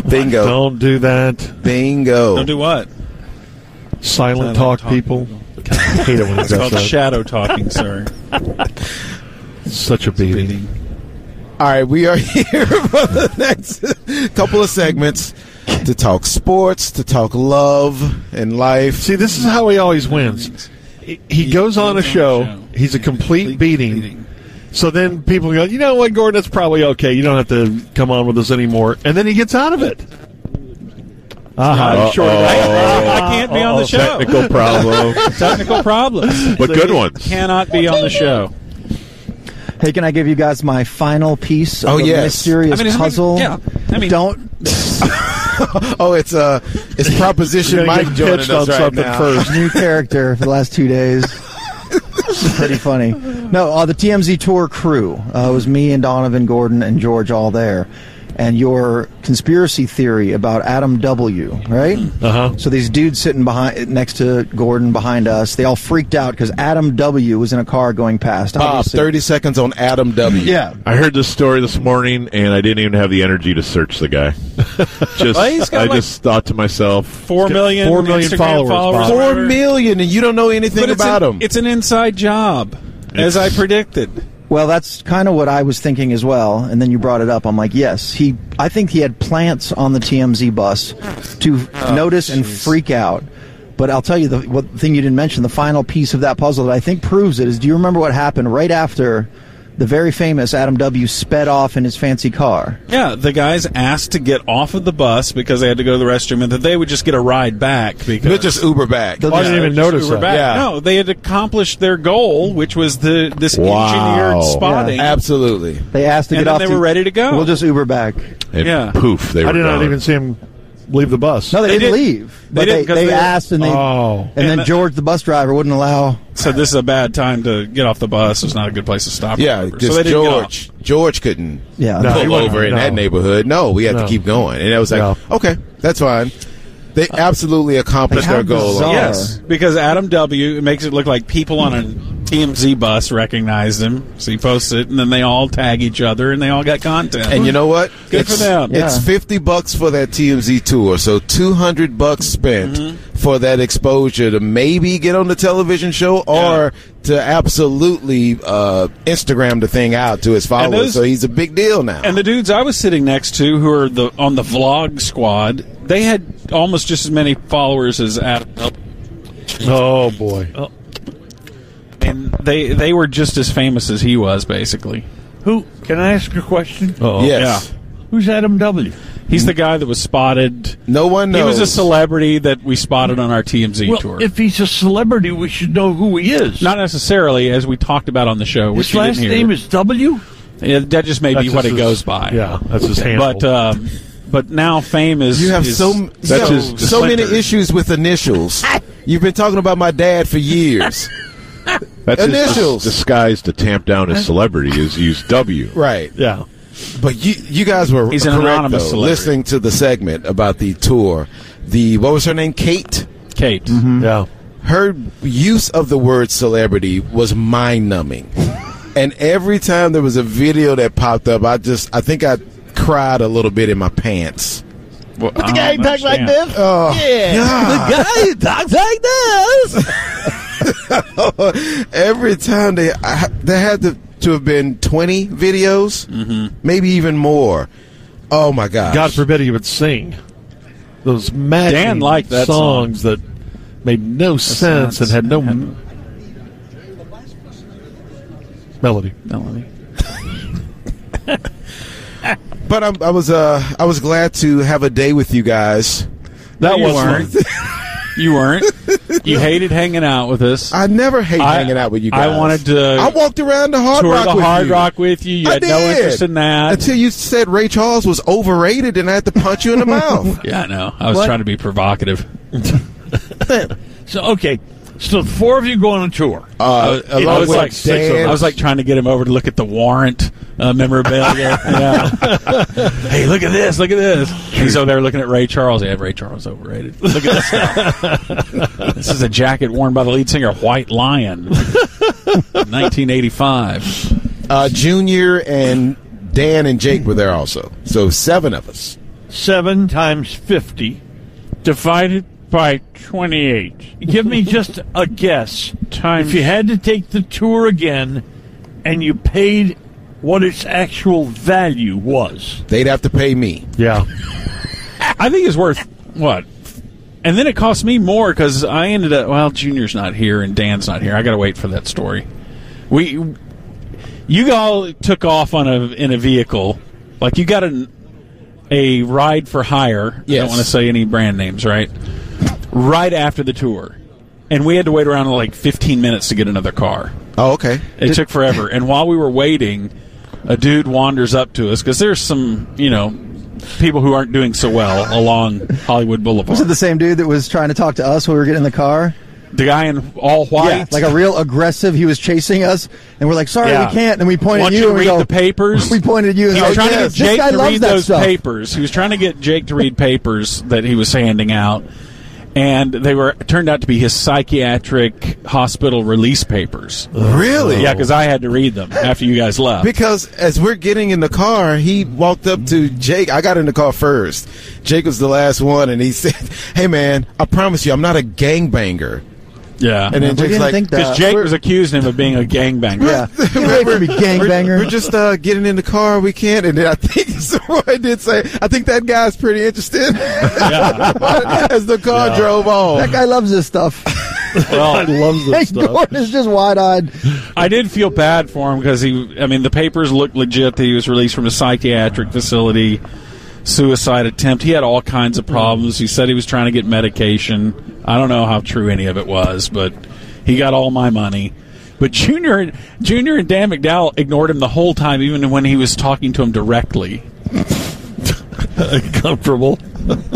Speaker 10: Bingo.
Speaker 2: Don't do that.
Speaker 10: Bingo.
Speaker 3: Don't do what?
Speaker 2: Silent talk,
Speaker 3: talk
Speaker 2: people. God, I hate it when it
Speaker 3: It's called
Speaker 2: does that.
Speaker 3: shadow talking, sir.
Speaker 2: Such a beating.
Speaker 10: All right, we are *laughs* here for the next couple of segments to talk sports, to talk love and life.
Speaker 2: See, this is how he always wins. He- He goes on a show. He's a complete beating. So then people go, you know what, Gordon, that's probably okay. You don't have to come on with us anymore. And then he gets out of it. Uh-huh. Short of
Speaker 3: I,
Speaker 2: that.
Speaker 3: I can't be on the show.
Speaker 11: Technical problem.
Speaker 3: *laughs* Technical problems,
Speaker 11: But good ones.
Speaker 3: Cannot be on the show.
Speaker 9: Hey, can I give you guys my final piece of
Speaker 10: Oh,
Speaker 9: the
Speaker 10: yes.
Speaker 9: mysterious
Speaker 3: I mean, how many-
Speaker 9: puzzle? *laughs*
Speaker 3: yeah. I mean-
Speaker 9: don't
Speaker 10: Oh, it's uh,
Speaker 2: *laughs*
Speaker 10: it's Proposition
Speaker 2: You're gonna
Speaker 10: Mike
Speaker 2: get
Speaker 10: joining
Speaker 2: pitched on
Speaker 10: us right
Speaker 2: something
Speaker 10: now.
Speaker 2: first.
Speaker 10: *laughs*
Speaker 9: new character for the last two days. Pretty funny. No, uh, the TMZ tour crew uh, it was me and Donovan Gordon and George all there, and your conspiracy theory about Adam W. Right? Uh
Speaker 10: Uh-huh.
Speaker 9: huh. So these dudes sitting behind next to Gordon behind us, they all freaked out because Adam W. was in a car going past.
Speaker 10: Bob,
Speaker 9: Obviously-
Speaker 10: thirty seconds on Adam W.
Speaker 9: Yeah,
Speaker 11: I heard this story this morning, and I didn't even have the energy to search
Speaker 10: *laughs*
Speaker 11: the guy. Just,
Speaker 3: Well, he's got
Speaker 11: I
Speaker 3: like-
Speaker 11: just thought to myself,
Speaker 3: Four million,
Speaker 2: four million
Speaker 3: Instagram
Speaker 2: followers,
Speaker 3: followers
Speaker 2: Bob.
Speaker 3: or
Speaker 10: four
Speaker 3: whatever.
Speaker 10: million, and you don't know anything
Speaker 3: But it's
Speaker 10: about
Speaker 3: an,
Speaker 10: him.
Speaker 3: It's an inside job, as I
Speaker 11: It's-
Speaker 3: predicted.
Speaker 9: Well, that's kind of what I was thinking as well, and then you brought it up. I'm like, yes, he. I think he had plants on the TMZ bus to
Speaker 3: Oh,
Speaker 9: notice and freak out. But I'll tell you the what thing you didn't mention. The final piece of that puzzle that I think proves it is: Do you remember what happened right after the very famous Adam W. sped off in his fancy car?
Speaker 3: Yeah, the guys asked to get off of the bus because they had to go to the restroom, and that they would just get a ride back because
Speaker 10: They'll just Uber back.
Speaker 9: They'll
Speaker 2: I didn't even notice
Speaker 3: Uber
Speaker 2: that.
Speaker 3: back.
Speaker 10: Yeah.
Speaker 3: No, they had accomplished their goal, which was the this
Speaker 11: Wow.
Speaker 3: engineered spotting.
Speaker 10: Absolutely.
Speaker 9: They asked to
Speaker 3: And
Speaker 9: get
Speaker 3: then
Speaker 9: off.
Speaker 3: they were ready to go.
Speaker 9: We'll just Uber back.
Speaker 11: and
Speaker 3: Yeah.
Speaker 11: poof, they were
Speaker 2: I did not
Speaker 11: gone.
Speaker 2: even see him leave the bus.
Speaker 9: No, they,
Speaker 3: They
Speaker 9: didn't
Speaker 3: didn't.
Speaker 9: leave.
Speaker 3: They
Speaker 9: But
Speaker 3: didn't 'cause
Speaker 9: they,
Speaker 3: they-
Speaker 9: asked, and they
Speaker 2: Oh.
Speaker 9: and
Speaker 3: And
Speaker 9: then
Speaker 3: that-
Speaker 9: George, the bus driver, wouldn't allow.
Speaker 3: So this is a bad time to get off the bus. It's not a good place to stop. or
Speaker 10: Yeah,
Speaker 3: whatever.
Speaker 10: just
Speaker 3: so they didn't get off.
Speaker 10: George. George couldn't
Speaker 9: Yeah,
Speaker 2: No. he
Speaker 10: pull
Speaker 2: wouldn't.
Speaker 10: over in that
Speaker 2: No.
Speaker 10: neighborhood. No, we had
Speaker 2: No.
Speaker 10: to keep going, and it was like,
Speaker 2: No.
Speaker 10: okay, that's fine. They absolutely accomplished
Speaker 9: How
Speaker 10: their goal.
Speaker 9: bizarre.
Speaker 3: Yes, because Adam W. makes it look like people on a TMZ bus recognized him, so he posts it, and then they all tag each other, and they all got content.
Speaker 10: And you know what?
Speaker 3: Good for
Speaker 10: It's-
Speaker 3: them.
Speaker 10: It's
Speaker 9: Yeah.
Speaker 10: fifty bucks for that TMZ tour, so two hundred bucks spent
Speaker 3: Mm-hmm.
Speaker 10: for that exposure to maybe get on the television show or to absolutely uh, Instagram the thing out to his followers.
Speaker 3: those-
Speaker 10: so he's a big deal now.
Speaker 3: and the dudes I was sitting next to, who are the on the vlog squad, they had almost just as many followers as Adam, W.
Speaker 2: Oh, boy.
Speaker 3: and they they were just as famous as he was. Basically,
Speaker 11: Who? Can I ask a question?
Speaker 2: Oh.
Speaker 10: yes,
Speaker 11: Who's Adam W?
Speaker 3: he's the guy that was spotted.
Speaker 10: no one knows.
Speaker 3: He was a celebrity that we spotted on our TMZ
Speaker 11: Well,
Speaker 3: tour.
Speaker 11: if he's a celebrity, we should know who he is.
Speaker 3: Not necessarily, as we talked about on the show. Which
Speaker 11: His
Speaker 3: you
Speaker 11: last
Speaker 3: didn't hear.
Speaker 11: name is W.
Speaker 3: Yeah, that just may be
Speaker 2: That's
Speaker 3: what
Speaker 2: just
Speaker 3: it
Speaker 2: his-
Speaker 3: goes by.
Speaker 2: Yeah, that's his handle.
Speaker 3: but um, but now fame is
Speaker 10: You have
Speaker 3: is-
Speaker 10: so m-
Speaker 11: That's
Speaker 10: so,
Speaker 11: his
Speaker 10: so many
Speaker 11: splinter.
Speaker 10: issues with initials. You've been talking about my dad for years,
Speaker 11: That's
Speaker 10: Initials.
Speaker 11: his dis- disguise to tamp down
Speaker 3: Uh,
Speaker 11: his celebrity is use W.
Speaker 10: right?
Speaker 2: yeah.
Speaker 10: But you you guys were
Speaker 3: He's an
Speaker 10: correct,
Speaker 3: anonymous
Speaker 10: though,
Speaker 3: celebrity.
Speaker 10: listening to the segment about the tour. The what was her name? Kate. Mm-hmm.
Speaker 3: Kate.
Speaker 2: Yeah.
Speaker 10: her use of the word celebrity was mind numbing. and every time there was a video that popped up, I just, I think I cried a little bit in my pants.
Speaker 3: the guy talks like this.
Speaker 10: *laughs* Every time they, I, there had to, to have been 20 videos,
Speaker 3: Mm-hmm.
Speaker 10: maybe even more. Oh my gosh.
Speaker 2: God forbid he would sing those mad
Speaker 3: Dan liked that
Speaker 2: songs that made no sense and had no m- melody.
Speaker 10: *laughs* But I'm, I was, uh, I was glad to have a day with you guys.
Speaker 2: That
Speaker 3: you
Speaker 2: was
Speaker 3: weren't.
Speaker 2: fun.
Speaker 3: You weren't. *laughs* You hated hanging out with us.
Speaker 10: *laughs* I never hate hanging out with you guys.
Speaker 3: I wanted to.
Speaker 10: I walked around the Hard
Speaker 3: tour
Speaker 10: Rock
Speaker 3: the
Speaker 10: with
Speaker 3: Hard
Speaker 10: you.
Speaker 3: Rock with you. You
Speaker 10: I
Speaker 3: had no
Speaker 10: did.
Speaker 3: interest in that.
Speaker 10: until you said Ray Charles was overrated, and I had to punch you
Speaker 3: *laughs*
Speaker 10: in the mouth.
Speaker 3: yeah, I know. I was
Speaker 12: What?
Speaker 3: trying to be provocative.
Speaker 12: So okay, so the four of you go on a tour.
Speaker 10: *laughs* Uh,
Speaker 3: I was- I was like, I was like trying to get him over to look at the warrant
Speaker 10: *laughs*
Speaker 3: uh, memorabilia. Yeah. *laughs* hey, look at this! Look at this! He's over there looking at Ray Charles. Yeah, Ray Charles overrated. Look at this.
Speaker 10: *laughs*
Speaker 3: stuff. this is a jacket worn by the lead singer of White Lion, 1985.
Speaker 10: Uh, Junior and Dan and Jake were there also. So seven of us.
Speaker 12: seven times fifty divided by twenty-eight. Give me just a guess. Time if you had to take the tour again, and you paid what its actual value was.
Speaker 10: They'd have to pay me.
Speaker 2: Yeah.
Speaker 3: I think it's worth what. And then it cost me more because I ended up. Well, Junior's not here and Dan's not here. I got to wait for that story. We, you all took off on a in a vehicle, like you got an a ride for hire. I
Speaker 10: Yes.
Speaker 3: don't want to say any brand names, right? Right after the tour, and we had to wait around like 15 minutes to get another car.
Speaker 10: Oh, okay.
Speaker 3: It took forever. And while we were waiting, a dude wanders up to us because there's some, you know, people who aren't doing so well along Hollywood Boulevard.
Speaker 9: Was it the same dude that was trying to talk to us when we were getting in the car?
Speaker 3: The guy in all
Speaker 9: Yeah,
Speaker 3: white,
Speaker 9: like a real aggressive. He was chasing us, and we're like, "Sorry,
Speaker 3: Yeah.
Speaker 9: we can't." And we pointed
Speaker 3: Want
Speaker 9: at
Speaker 3: you
Speaker 9: you,
Speaker 3: to
Speaker 9: and we
Speaker 3: read
Speaker 9: go,
Speaker 3: the papers?
Speaker 9: We pointed at you, and
Speaker 3: He
Speaker 9: like,
Speaker 3: was trying
Speaker 9: "Yes,
Speaker 3: to get
Speaker 9: this
Speaker 3: Jake
Speaker 9: guy
Speaker 3: to
Speaker 9: loves
Speaker 3: read
Speaker 9: that
Speaker 3: those
Speaker 9: stuff.
Speaker 3: papers. He was trying to get Jake to read papers that he was handing out, and they were turned out to be his psychiatric hospital release papers.
Speaker 10: Really?
Speaker 3: Yeah, because I had to read them after you guys left.
Speaker 10: Because as we're getting in the car, he walked up to Jake. I got in the car first. Jake was the last one, and he *laughs* said, "Hey, man, I promise you, I'm not a gangbanger."
Speaker 3: Yeah,
Speaker 10: And then
Speaker 9: We
Speaker 10: Jake's
Speaker 9: didn't
Speaker 10: like,
Speaker 9: think that.
Speaker 3: because Jake was accusing him of being a gangbanger.
Speaker 10: *laughs*
Speaker 9: Yeah, get away from me, gangbanger.
Speaker 10: We're, we're just uh, getting in the car. We can't. And then I think *laughs* Roy did say, "I think that guy's pretty interested." *laughs* as the car drove on,
Speaker 9: That guy loves this stuff.
Speaker 3: Well,
Speaker 2: loves
Speaker 9: *laughs* Hey, Gordon is just wide-eyed.
Speaker 3: I did feel bad for him because he. I mean, the papers looked legit. That he was released from a psychiatric facility, suicide attempt. He had all kinds of problems. He said he was trying to get medication. I don't know how true any of it was, but he got all my money. But Junior, Junior, and Dan McDowell ignored him the whole time, even when he was talking to him directly.
Speaker 12: Uncomfortable.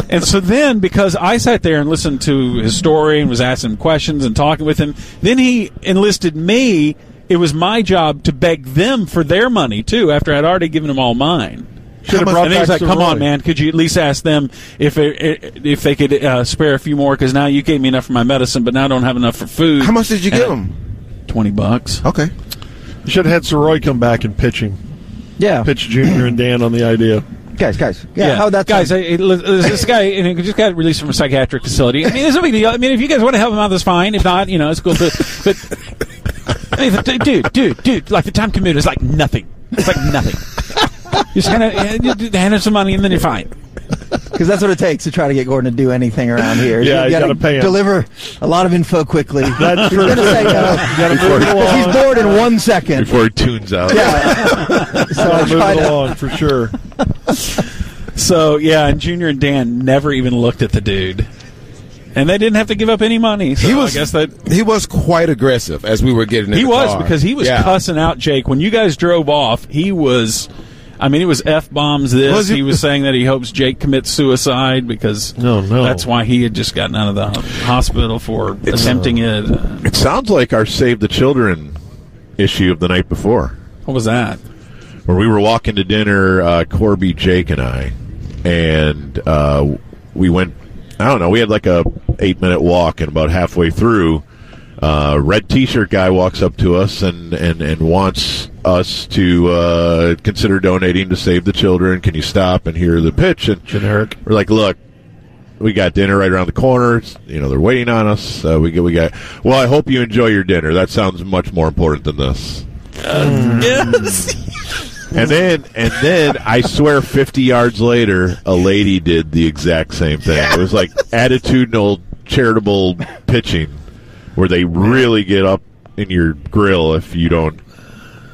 Speaker 3: And so then, because I sat there and listened to his story and was asking him questions and talking with him, then he enlisted me. It was my job to beg them for their money too. After I'd already given them all mine.
Speaker 2: Should've brought
Speaker 3: and he was
Speaker 2: back some
Speaker 3: like, "Come on,
Speaker 2: Roy."
Speaker 3: man! Could you at least ask them if it, if they could uh, spare a few more? Because now you gave me enough for my medicine, but now I don't have enough for food."
Speaker 10: how much did you
Speaker 3: And
Speaker 10: give
Speaker 3: I-
Speaker 10: him?
Speaker 3: Twenty bucks.
Speaker 10: Okay.
Speaker 2: Should have had Soroy come back and pitch him.
Speaker 9: Yeah,
Speaker 2: Pitch Junior and Dan on the idea.
Speaker 9: guys, guys. Yeah, how that
Speaker 3: guys. I, I- this guy and he just got released from a psychiatric facility. I mean, it's no big deal. I mean, if you guys want to help him out, that's fine. If not, you know, it's cool. But, but I mean, d- dude, dude, dude, like the time commute is like nothing. It's like nothing. Just kind of hand him some money and then you're fine.
Speaker 9: Because that's what it takes to try to get Gordon to do anything around here.
Speaker 2: Yeah, you
Speaker 9: gotta
Speaker 2: gotta pay him.
Speaker 9: Deliver a lot of info
Speaker 3: *laughs*
Speaker 9: quickly.
Speaker 2: That's
Speaker 9: he's
Speaker 2: true.
Speaker 9: gonna say no.
Speaker 2: gotta move it
Speaker 9: If
Speaker 2: along.
Speaker 9: he's bored in one second.
Speaker 11: before he tunes out.
Speaker 3: *laughs*
Speaker 9: So I
Speaker 2: Gotta move
Speaker 9: try
Speaker 2: it
Speaker 9: to-
Speaker 2: along for sure.
Speaker 3: So yeah, and Junior and Dan never even looked at the dude, and they didn't have to give up any money. So
Speaker 10: He was-
Speaker 3: I guess that
Speaker 10: He was quite aggressive as we were getting. in
Speaker 3: He
Speaker 10: the
Speaker 3: was
Speaker 10: car.
Speaker 3: because he was
Speaker 10: Yeah.
Speaker 3: cussing out Jake when you guys drove off. He was, I mean, it was f bombs. This
Speaker 10: Was
Speaker 3: he?
Speaker 10: he-
Speaker 3: was saying that he hopes Jake commits suicide because
Speaker 2: No, no.
Speaker 3: that's why he had just gotten out of the ho- hospital for attempting it. Uh,
Speaker 11: It sounds like our Save the Children issue of the night before,
Speaker 3: What was that?
Speaker 11: where we were walking to dinner, uh, Corby, Jake, and I, and uh, we went. I don't know. We had like a eight minute walk, and about halfway through, uh, red t shirt guy walks up to us and and and wants us to uh, consider donating to Save the Children. Can you stop and hear the pitch? And
Speaker 2: Generic.
Speaker 11: we're like, look, we got dinner right around the corner. You know, they're waiting on us. Uh, we get, we got. Well, I hope you enjoy your dinner. That sounds much more important than this. yes. and then, and then, I swear, fifty yards later, a lady did the exact same thing. It was like attitudinal, charitable pitching, where they really get up in your grill if you don't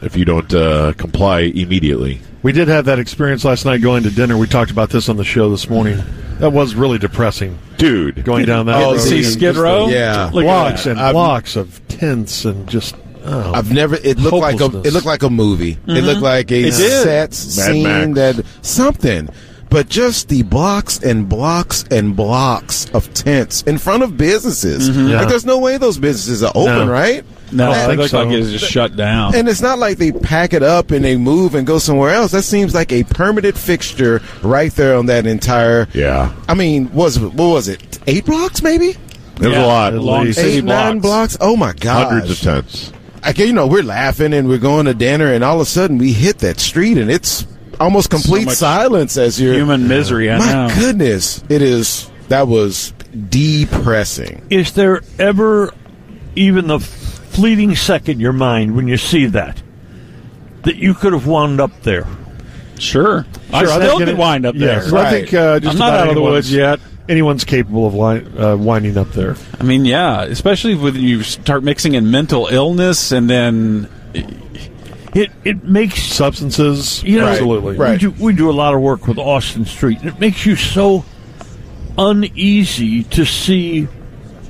Speaker 11: if you don't uh, comply immediately.
Speaker 2: We did have that experience last night going to dinner. We talked about this on the show this morning. That was really depressing,
Speaker 11: dude.
Speaker 2: Going down that.
Speaker 10: Oh,
Speaker 2: road.
Speaker 10: see Skid Row? Yeah. Look at
Speaker 2: blocks
Speaker 10: that.
Speaker 2: and
Speaker 10: I've-
Speaker 2: blocks of tents and just. oh,
Speaker 10: *laughs* I've never. It looked like a.
Speaker 2: hopelessness.
Speaker 10: It looked like a movie. It
Speaker 9: Mm-hmm.
Speaker 2: Mhm.
Speaker 10: looked like a
Speaker 2: It did.
Speaker 10: set
Speaker 2: Mad
Speaker 10: scene
Speaker 2: Max.
Speaker 10: that something. But just the blocks and blocks and blocks of tents in front of businesses.
Speaker 2: Mm-hmm.
Speaker 3: Mhm. Yeah.
Speaker 10: Like there's no way those businesses are open,
Speaker 3: No.
Speaker 10: right?
Speaker 3: No,
Speaker 10: That-
Speaker 3: it looks like it's just shut down.
Speaker 10: And it's not like they pack it up and they move and go somewhere else. That seems like a permanent fixture right there on that entire.
Speaker 11: Yeah.
Speaker 10: I mean, was what was it? Eight blocks, maybe.
Speaker 11: There was a Yeah, lot. at Long least. city
Speaker 10: eight, nine blocks. Oh my god,
Speaker 11: Hundreds of tents.
Speaker 10: Like you know, we're laughing and we're going to dinner, and all of a sudden we hit that street, and it's almost complete
Speaker 3: much
Speaker 10: silence as you're
Speaker 3: human misery, I
Speaker 10: my
Speaker 3: know.
Speaker 10: goodness, it is. That was depressing.
Speaker 12: Is there ever even the fleeting second in your mind when you see that that you could have wound up there?
Speaker 3: Sure. I still could wind up
Speaker 2: Yeah,
Speaker 3: there.
Speaker 2: I think uh, just
Speaker 3: I'm not
Speaker 2: about
Speaker 3: out of the
Speaker 2: anyone's-
Speaker 3: woods yet.
Speaker 2: Anyone's capable of wi- uh, winding up there.
Speaker 3: I mean, yeah, especially when you start mixing in mental illness and then
Speaker 12: It it makes
Speaker 2: substances
Speaker 12: you know,
Speaker 2: absolutely
Speaker 12: We do, we do a lot of work with Austin Street, and it makes you so uneasy to see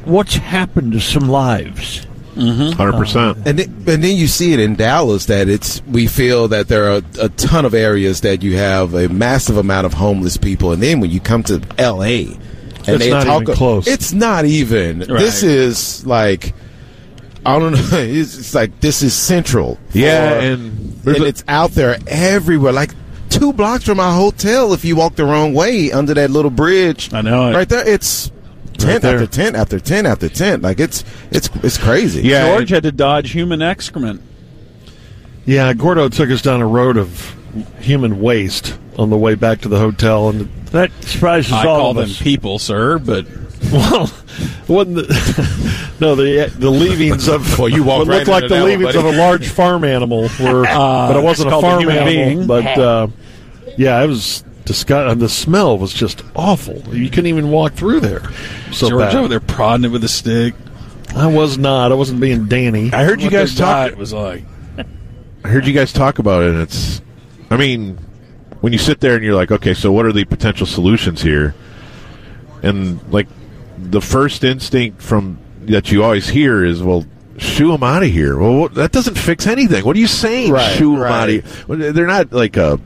Speaker 12: what's happened to some lives.
Speaker 11: Mm-hmm. Hundred
Speaker 2: Uh-huh.
Speaker 11: percent.
Speaker 10: Uh, And then, and then you see it in Dallas that it's we feel that there are a ton of areas that you have a massive amount of homeless people, and then when you come to L.A. and
Speaker 2: It's
Speaker 10: they
Speaker 2: not
Speaker 10: talk,
Speaker 2: even close.
Speaker 10: it's not even.
Speaker 2: Right.
Speaker 10: This is like I don't know. *laughs* It's, it's like this is central.
Speaker 2: Yeah,
Speaker 10: Or-
Speaker 2: and
Speaker 10: and it's out there everywhere. Like two blocks from our hotel, if you walk the wrong way under that little bridge, I know right there. It's tent
Speaker 3: there.
Speaker 10: after tent after tent after tent. Like it's it's it's crazy.
Speaker 3: George had to dodge human excrement.
Speaker 2: Yeah, Gordo took us down a road of human waste on the way back to the hotel, and
Speaker 12: that surprises
Speaker 3: I
Speaker 2: all
Speaker 3: call
Speaker 2: of
Speaker 3: them
Speaker 2: us.
Speaker 3: people, sir, but
Speaker 2: Well, wasn't the, no the the
Speaker 3: *laughs*
Speaker 2: leavings of
Speaker 11: Well, you
Speaker 2: what
Speaker 11: walked right
Speaker 2: looked like
Speaker 11: into
Speaker 2: the
Speaker 11: that one,
Speaker 2: leavings
Speaker 11: buddy.
Speaker 2: of a large farm animal were,
Speaker 11: *laughs* Uh,
Speaker 2: but it
Speaker 11: it's
Speaker 2: wasn't a
Speaker 11: called a
Speaker 2: farm
Speaker 11: human
Speaker 2: animal.
Speaker 11: being.
Speaker 2: But uh, yeah, it was disgusting. The smell was just awful. You couldn't even walk through there. So
Speaker 3: George
Speaker 2: bad.
Speaker 3: over there prodding it with a stick.
Speaker 2: I was not. I wasn't being Danny.
Speaker 11: I heard you guys talk.
Speaker 3: It was like
Speaker 11: I heard you guys talk about it, and it's. I mean, when you sit there and you're like, okay, so what are the potential solutions here? And like, the first instinct from that you always hear is, well, shoo them out of here. Well, what, that doesn't fix anything. What are you saying?
Speaker 10: Right,
Speaker 11: shoo them
Speaker 10: right.
Speaker 11: out of here. Well, They're not like a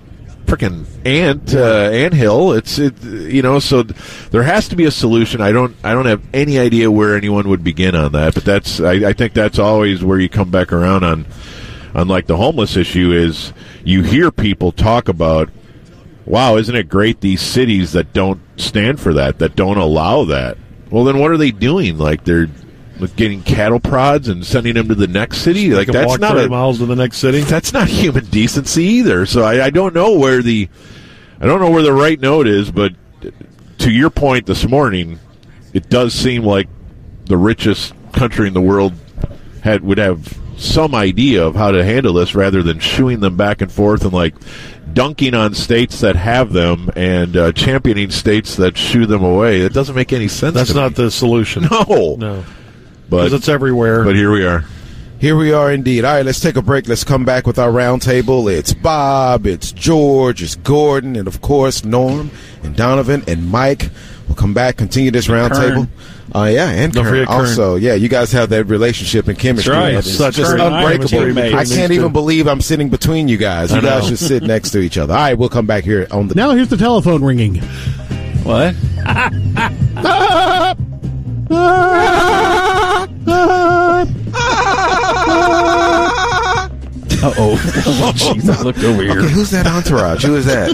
Speaker 11: freaking ant uh, ant hill. It's it you know. So th- there has to be a solution. I don't I don't have any idea where anyone would begin on that. But that's I, I think that's always where you come back around on on like the homeless issue is you hear people talk about wow isn't it great these cities that don't stand for that that don't allow that well then what are they doing like they're getting cattle prods and sending them to the next city like
Speaker 2: could
Speaker 11: that's
Speaker 2: walk
Speaker 11: not
Speaker 2: 30
Speaker 11: a,
Speaker 2: miles to the next city.
Speaker 11: That's not human decency either. So I, I don't know where the I don't know where the right note is, but to your point this morning, it does seem like the richest country in the world had would have some idea of how to handle this rather than shooing them back and forth and like dunking on states that have them and uh, championing states that shoo them away. It doesn't make any sense.
Speaker 2: That's
Speaker 11: to me.
Speaker 2: not the solution.
Speaker 11: No.
Speaker 2: No.
Speaker 11: But
Speaker 2: 'Cause it's everywhere.
Speaker 11: But here we are.
Speaker 10: Here we are indeed. All right, let's take a break. Let's come back with our roundtable. It's Bob, it's George, it's Gordon, and of course Norm and Donovan and Mike. We'll come back, continue this roundtable. Uh, yeah, and
Speaker 2: Don't
Speaker 10: Kern
Speaker 2: forget Kern.
Speaker 10: also. Yeah, you guys have that relationship and chemistry.
Speaker 2: That's right.
Speaker 10: that is
Speaker 2: Such
Speaker 10: just
Speaker 2: Kern and I are
Speaker 10: unbreakable.
Speaker 2: teammates.
Speaker 10: I can't even believe I'm sitting between you guys. You
Speaker 2: I know.
Speaker 10: guys
Speaker 2: *laughs*
Speaker 10: should sit next to each other. All right, we'll come back here on the.
Speaker 4: Now here's the telephone ringing.
Speaker 3: What? Uh oh. *laughs* Oh, jeez. I looked over here.
Speaker 10: Okay, who's that entourage? Who is that?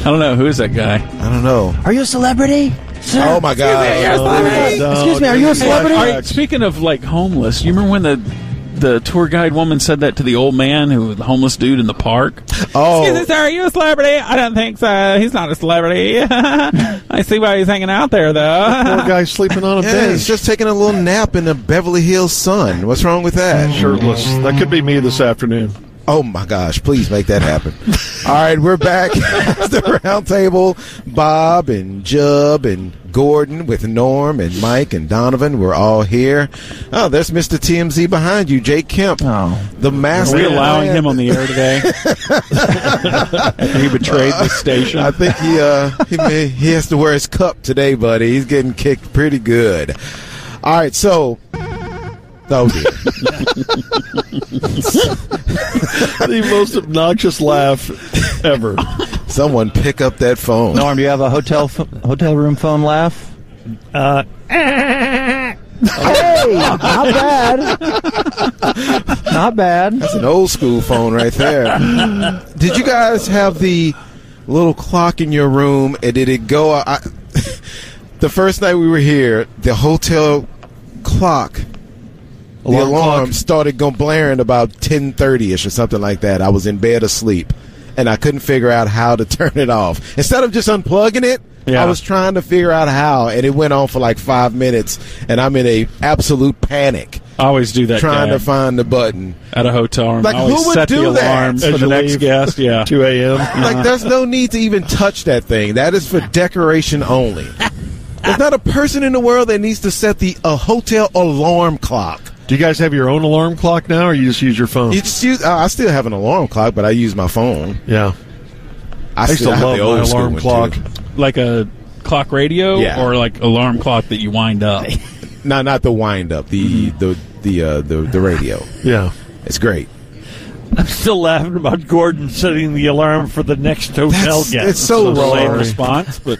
Speaker 3: *laughs* I don't know. Who is that guy?
Speaker 10: I don't know.
Speaker 9: Are you a celebrity?
Speaker 10: Oh my God!
Speaker 9: Excuse me, are you a celebrity?
Speaker 3: All right, speaking of like homeless, you remember when the the tour guide woman said that to the old man who was the homeless dude in the park?
Speaker 10: Oh,
Speaker 3: sir, are you a celebrity? I don't think so. He's not a celebrity. *laughs* I see why he's hanging out there though. *laughs*
Speaker 2: Poor guy sleeping on a
Speaker 10: Yeah,
Speaker 2: bench.
Speaker 10: he's just taking a little nap in the Beverly Hills sun. What's wrong with that?
Speaker 2: Mm-hmm. shirtless. That could be me this afternoon.
Speaker 10: Oh my gosh, please make that happen. *laughs* All right, we're back *laughs* at the round table. Bob and Jub and Gordon with Norm and Mike and Donovan. We're all here. Oh, there's Mr. TMZ behind you, Jake Kemp. Oh. The master.
Speaker 3: Are we allowing him on the
Speaker 10: *laughs*
Speaker 3: air today? After he betrayed the station.
Speaker 10: I think he uh, he, may, he has to wear his cup today, buddy. He's getting kicked pretty good. All right, so oh dear,
Speaker 2: *laughs* the most obnoxious laugh
Speaker 10: *laughs*
Speaker 2: ever.
Speaker 10: Someone pick up that phone.
Speaker 9: Norm, do you have a hotel ph- hotel room phone laugh?
Speaker 12: Uh,
Speaker 9: hey, not bad. *laughs* Not bad.
Speaker 10: That's an old school phone
Speaker 9: *laughs*
Speaker 10: right there. Did you guys have the little clock in your room? And did it go? I, *laughs* the first night we were here, the hotel clock, the alarm,
Speaker 2: Alarm
Speaker 10: started going blaring about ten thirty ish or something like that. I was in bed asleep, and I couldn't figure out how to *laughs* turn it off. Instead of just unplugging it.
Speaker 2: Yeah.
Speaker 10: I was trying to figure out how, and it went on for like five minutes, and I'm in a absolute panic
Speaker 3: I always do that.
Speaker 10: trying
Speaker 3: gag
Speaker 10: to find the button.
Speaker 3: at a hotel room.
Speaker 10: Like,
Speaker 3: I always
Speaker 10: who would
Speaker 3: set
Speaker 10: do
Speaker 3: the
Speaker 10: that?
Speaker 3: alarm
Speaker 10: As
Speaker 3: for the
Speaker 10: you
Speaker 3: next
Speaker 10: leave.
Speaker 3: guest? Yeah,
Speaker 2: two a.m.
Speaker 3: Uh-huh.
Speaker 10: Like, there's no need to even touch that thing. That is for decoration only. There's not a person in the world that needs to set the a hotel alarm clock.
Speaker 2: Do you guys have your own alarm clock now, or you just use your phone?
Speaker 10: You just use, uh, I still have an alarm clock, but I use my phone.
Speaker 2: yeah,
Speaker 10: I,
Speaker 2: I used
Speaker 10: still
Speaker 2: to
Speaker 10: have
Speaker 2: love
Speaker 10: the old
Speaker 2: my
Speaker 10: school
Speaker 2: alarm
Speaker 10: one,
Speaker 2: clock.
Speaker 10: too.
Speaker 3: like a clock radio
Speaker 10: Yeah.
Speaker 3: or like alarm clock that you wind up.
Speaker 10: No, not the wind up. The the the uh, the the radio.
Speaker 2: Mm-hmm. Yeah.
Speaker 10: It's great.
Speaker 12: I'm still laughing about Gordon setting the alarm for the next hotel
Speaker 10: That's-
Speaker 12: guest.
Speaker 10: it's so
Speaker 12: It's a delayed
Speaker 10: wrong.
Speaker 12: response,
Speaker 3: but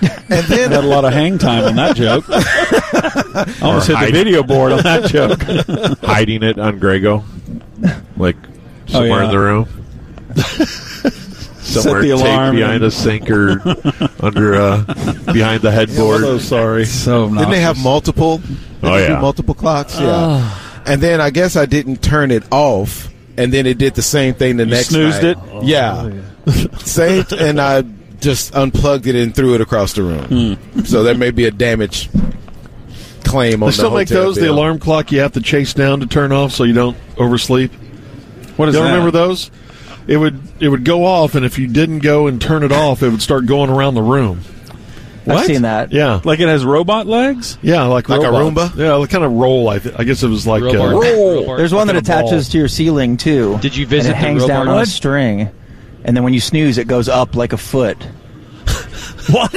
Speaker 10: And
Speaker 3: I had a
Speaker 10: then
Speaker 3: lot of hang time on that joke. I almost hit the
Speaker 11: hide.
Speaker 3: video board on that joke.
Speaker 11: *laughs* hiding it on Grego, like
Speaker 3: Oh,
Speaker 11: somewhere in
Speaker 3: yeah. *laughs*
Speaker 11: the room. Somewhere
Speaker 3: the
Speaker 11: taped
Speaker 3: alarm
Speaker 11: behind
Speaker 3: and-
Speaker 11: a
Speaker 3: *laughs*
Speaker 11: sink or under uh, behind the headboard.
Speaker 2: so sorry.
Speaker 3: So
Speaker 10: didn't they
Speaker 3: obnoxious.
Speaker 10: have multiple?
Speaker 11: Oh,
Speaker 10: They do
Speaker 11: yeah.
Speaker 10: multiple clocks. Yeah.
Speaker 2: Ah.
Speaker 10: and then I guess I didn't turn it off, and then it did the same thing the
Speaker 3: You
Speaker 10: next.
Speaker 3: snoozed
Speaker 10: night.
Speaker 3: it?
Speaker 2: Oh,
Speaker 10: yeah. *laughs* Same, and I just unplugged it and threw it across the room.
Speaker 3: Hmm.
Speaker 10: So there may be a damage claim on
Speaker 2: They still
Speaker 10: the
Speaker 2: make
Speaker 10: hotel
Speaker 2: those the
Speaker 10: bill.
Speaker 2: alarm clock you have to chase down to turn off so you don't oversleep.
Speaker 3: What is
Speaker 2: you don't
Speaker 3: that?
Speaker 2: remember those? It would it would go off, and if you didn't go and turn it off, it would start going around the room.
Speaker 3: What?
Speaker 9: I've seen that.
Speaker 2: Yeah,
Speaker 3: Like it has robot legs?
Speaker 2: yeah, like
Speaker 10: Like a
Speaker 2: robot.
Speaker 10: Roomba?
Speaker 2: Yeah, like kind of roll. I, th- I guess it was like uh,
Speaker 9: There's one that attaches to your ceiling too.
Speaker 13: Did you
Speaker 9: and
Speaker 13: visit
Speaker 9: it
Speaker 13: the
Speaker 9: hangs
Speaker 13: robot
Speaker 9: down on a
Speaker 13: lodge?
Speaker 9: string, and then when you snooze, it goes up like a foot.
Speaker 12: *laughs* What?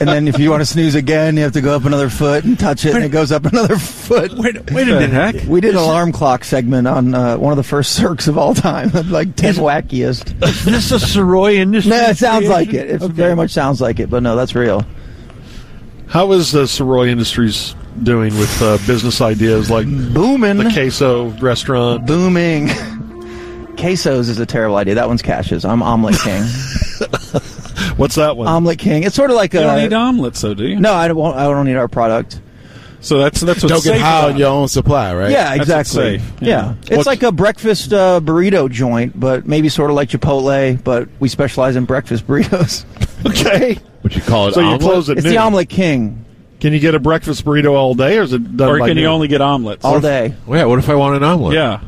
Speaker 9: And then if you want to snooze again, you have to go up another foot and touch it, and it goes up another foot.
Speaker 12: Wait, wait a minute.
Speaker 9: We did an alarm clock segment on uh, one of the first *laughs* circs of all time, like ten wackiest.
Speaker 12: Is this a Soroy industry?
Speaker 9: No, it sounds
Speaker 12: creation?
Speaker 9: like it. It very much sounds like it, but no, that's real.
Speaker 2: how is uh, Soroy Industries doing with uh, business ideas like
Speaker 9: Booming,
Speaker 2: the queso restaurant?
Speaker 9: booming. Quesos is a terrible idea. That one's cashes. I'm omelet
Speaker 3: *laughs*
Speaker 9: king.
Speaker 2: What's that one?
Speaker 9: omelet king. It's sort of like
Speaker 3: You don't
Speaker 9: a
Speaker 3: need omelets, though, do you?
Speaker 9: no. I don't. Want, I don't need our product.
Speaker 3: So that's that's what's
Speaker 10: Don't get
Speaker 3: safe
Speaker 10: high
Speaker 3: about
Speaker 10: on
Speaker 3: it.
Speaker 10: your own supply, right?
Speaker 9: Yeah,
Speaker 3: That's what's
Speaker 9: exactly.
Speaker 3: safe.
Speaker 9: Yeah.
Speaker 3: Yeah.
Speaker 9: it's
Speaker 2: What's-
Speaker 9: like a breakfast uh, burrito joint, but maybe sort of like Chipotle, but we specialize in breakfast
Speaker 3: *laughs*
Speaker 9: burritos.
Speaker 2: Okay,
Speaker 11: Would you
Speaker 3: Oh,
Speaker 11: call it?
Speaker 2: so you
Speaker 11: omelet?
Speaker 2: close at
Speaker 9: it's
Speaker 2: noon.
Speaker 9: the omelet king
Speaker 2: Can you get a breakfast burrito all day, or is it done
Speaker 3: Or
Speaker 2: by
Speaker 3: can you
Speaker 2: noon?
Speaker 3: only get omelets?
Speaker 9: all day.
Speaker 11: Yeah. What if I want an omelet?
Speaker 3: Yeah.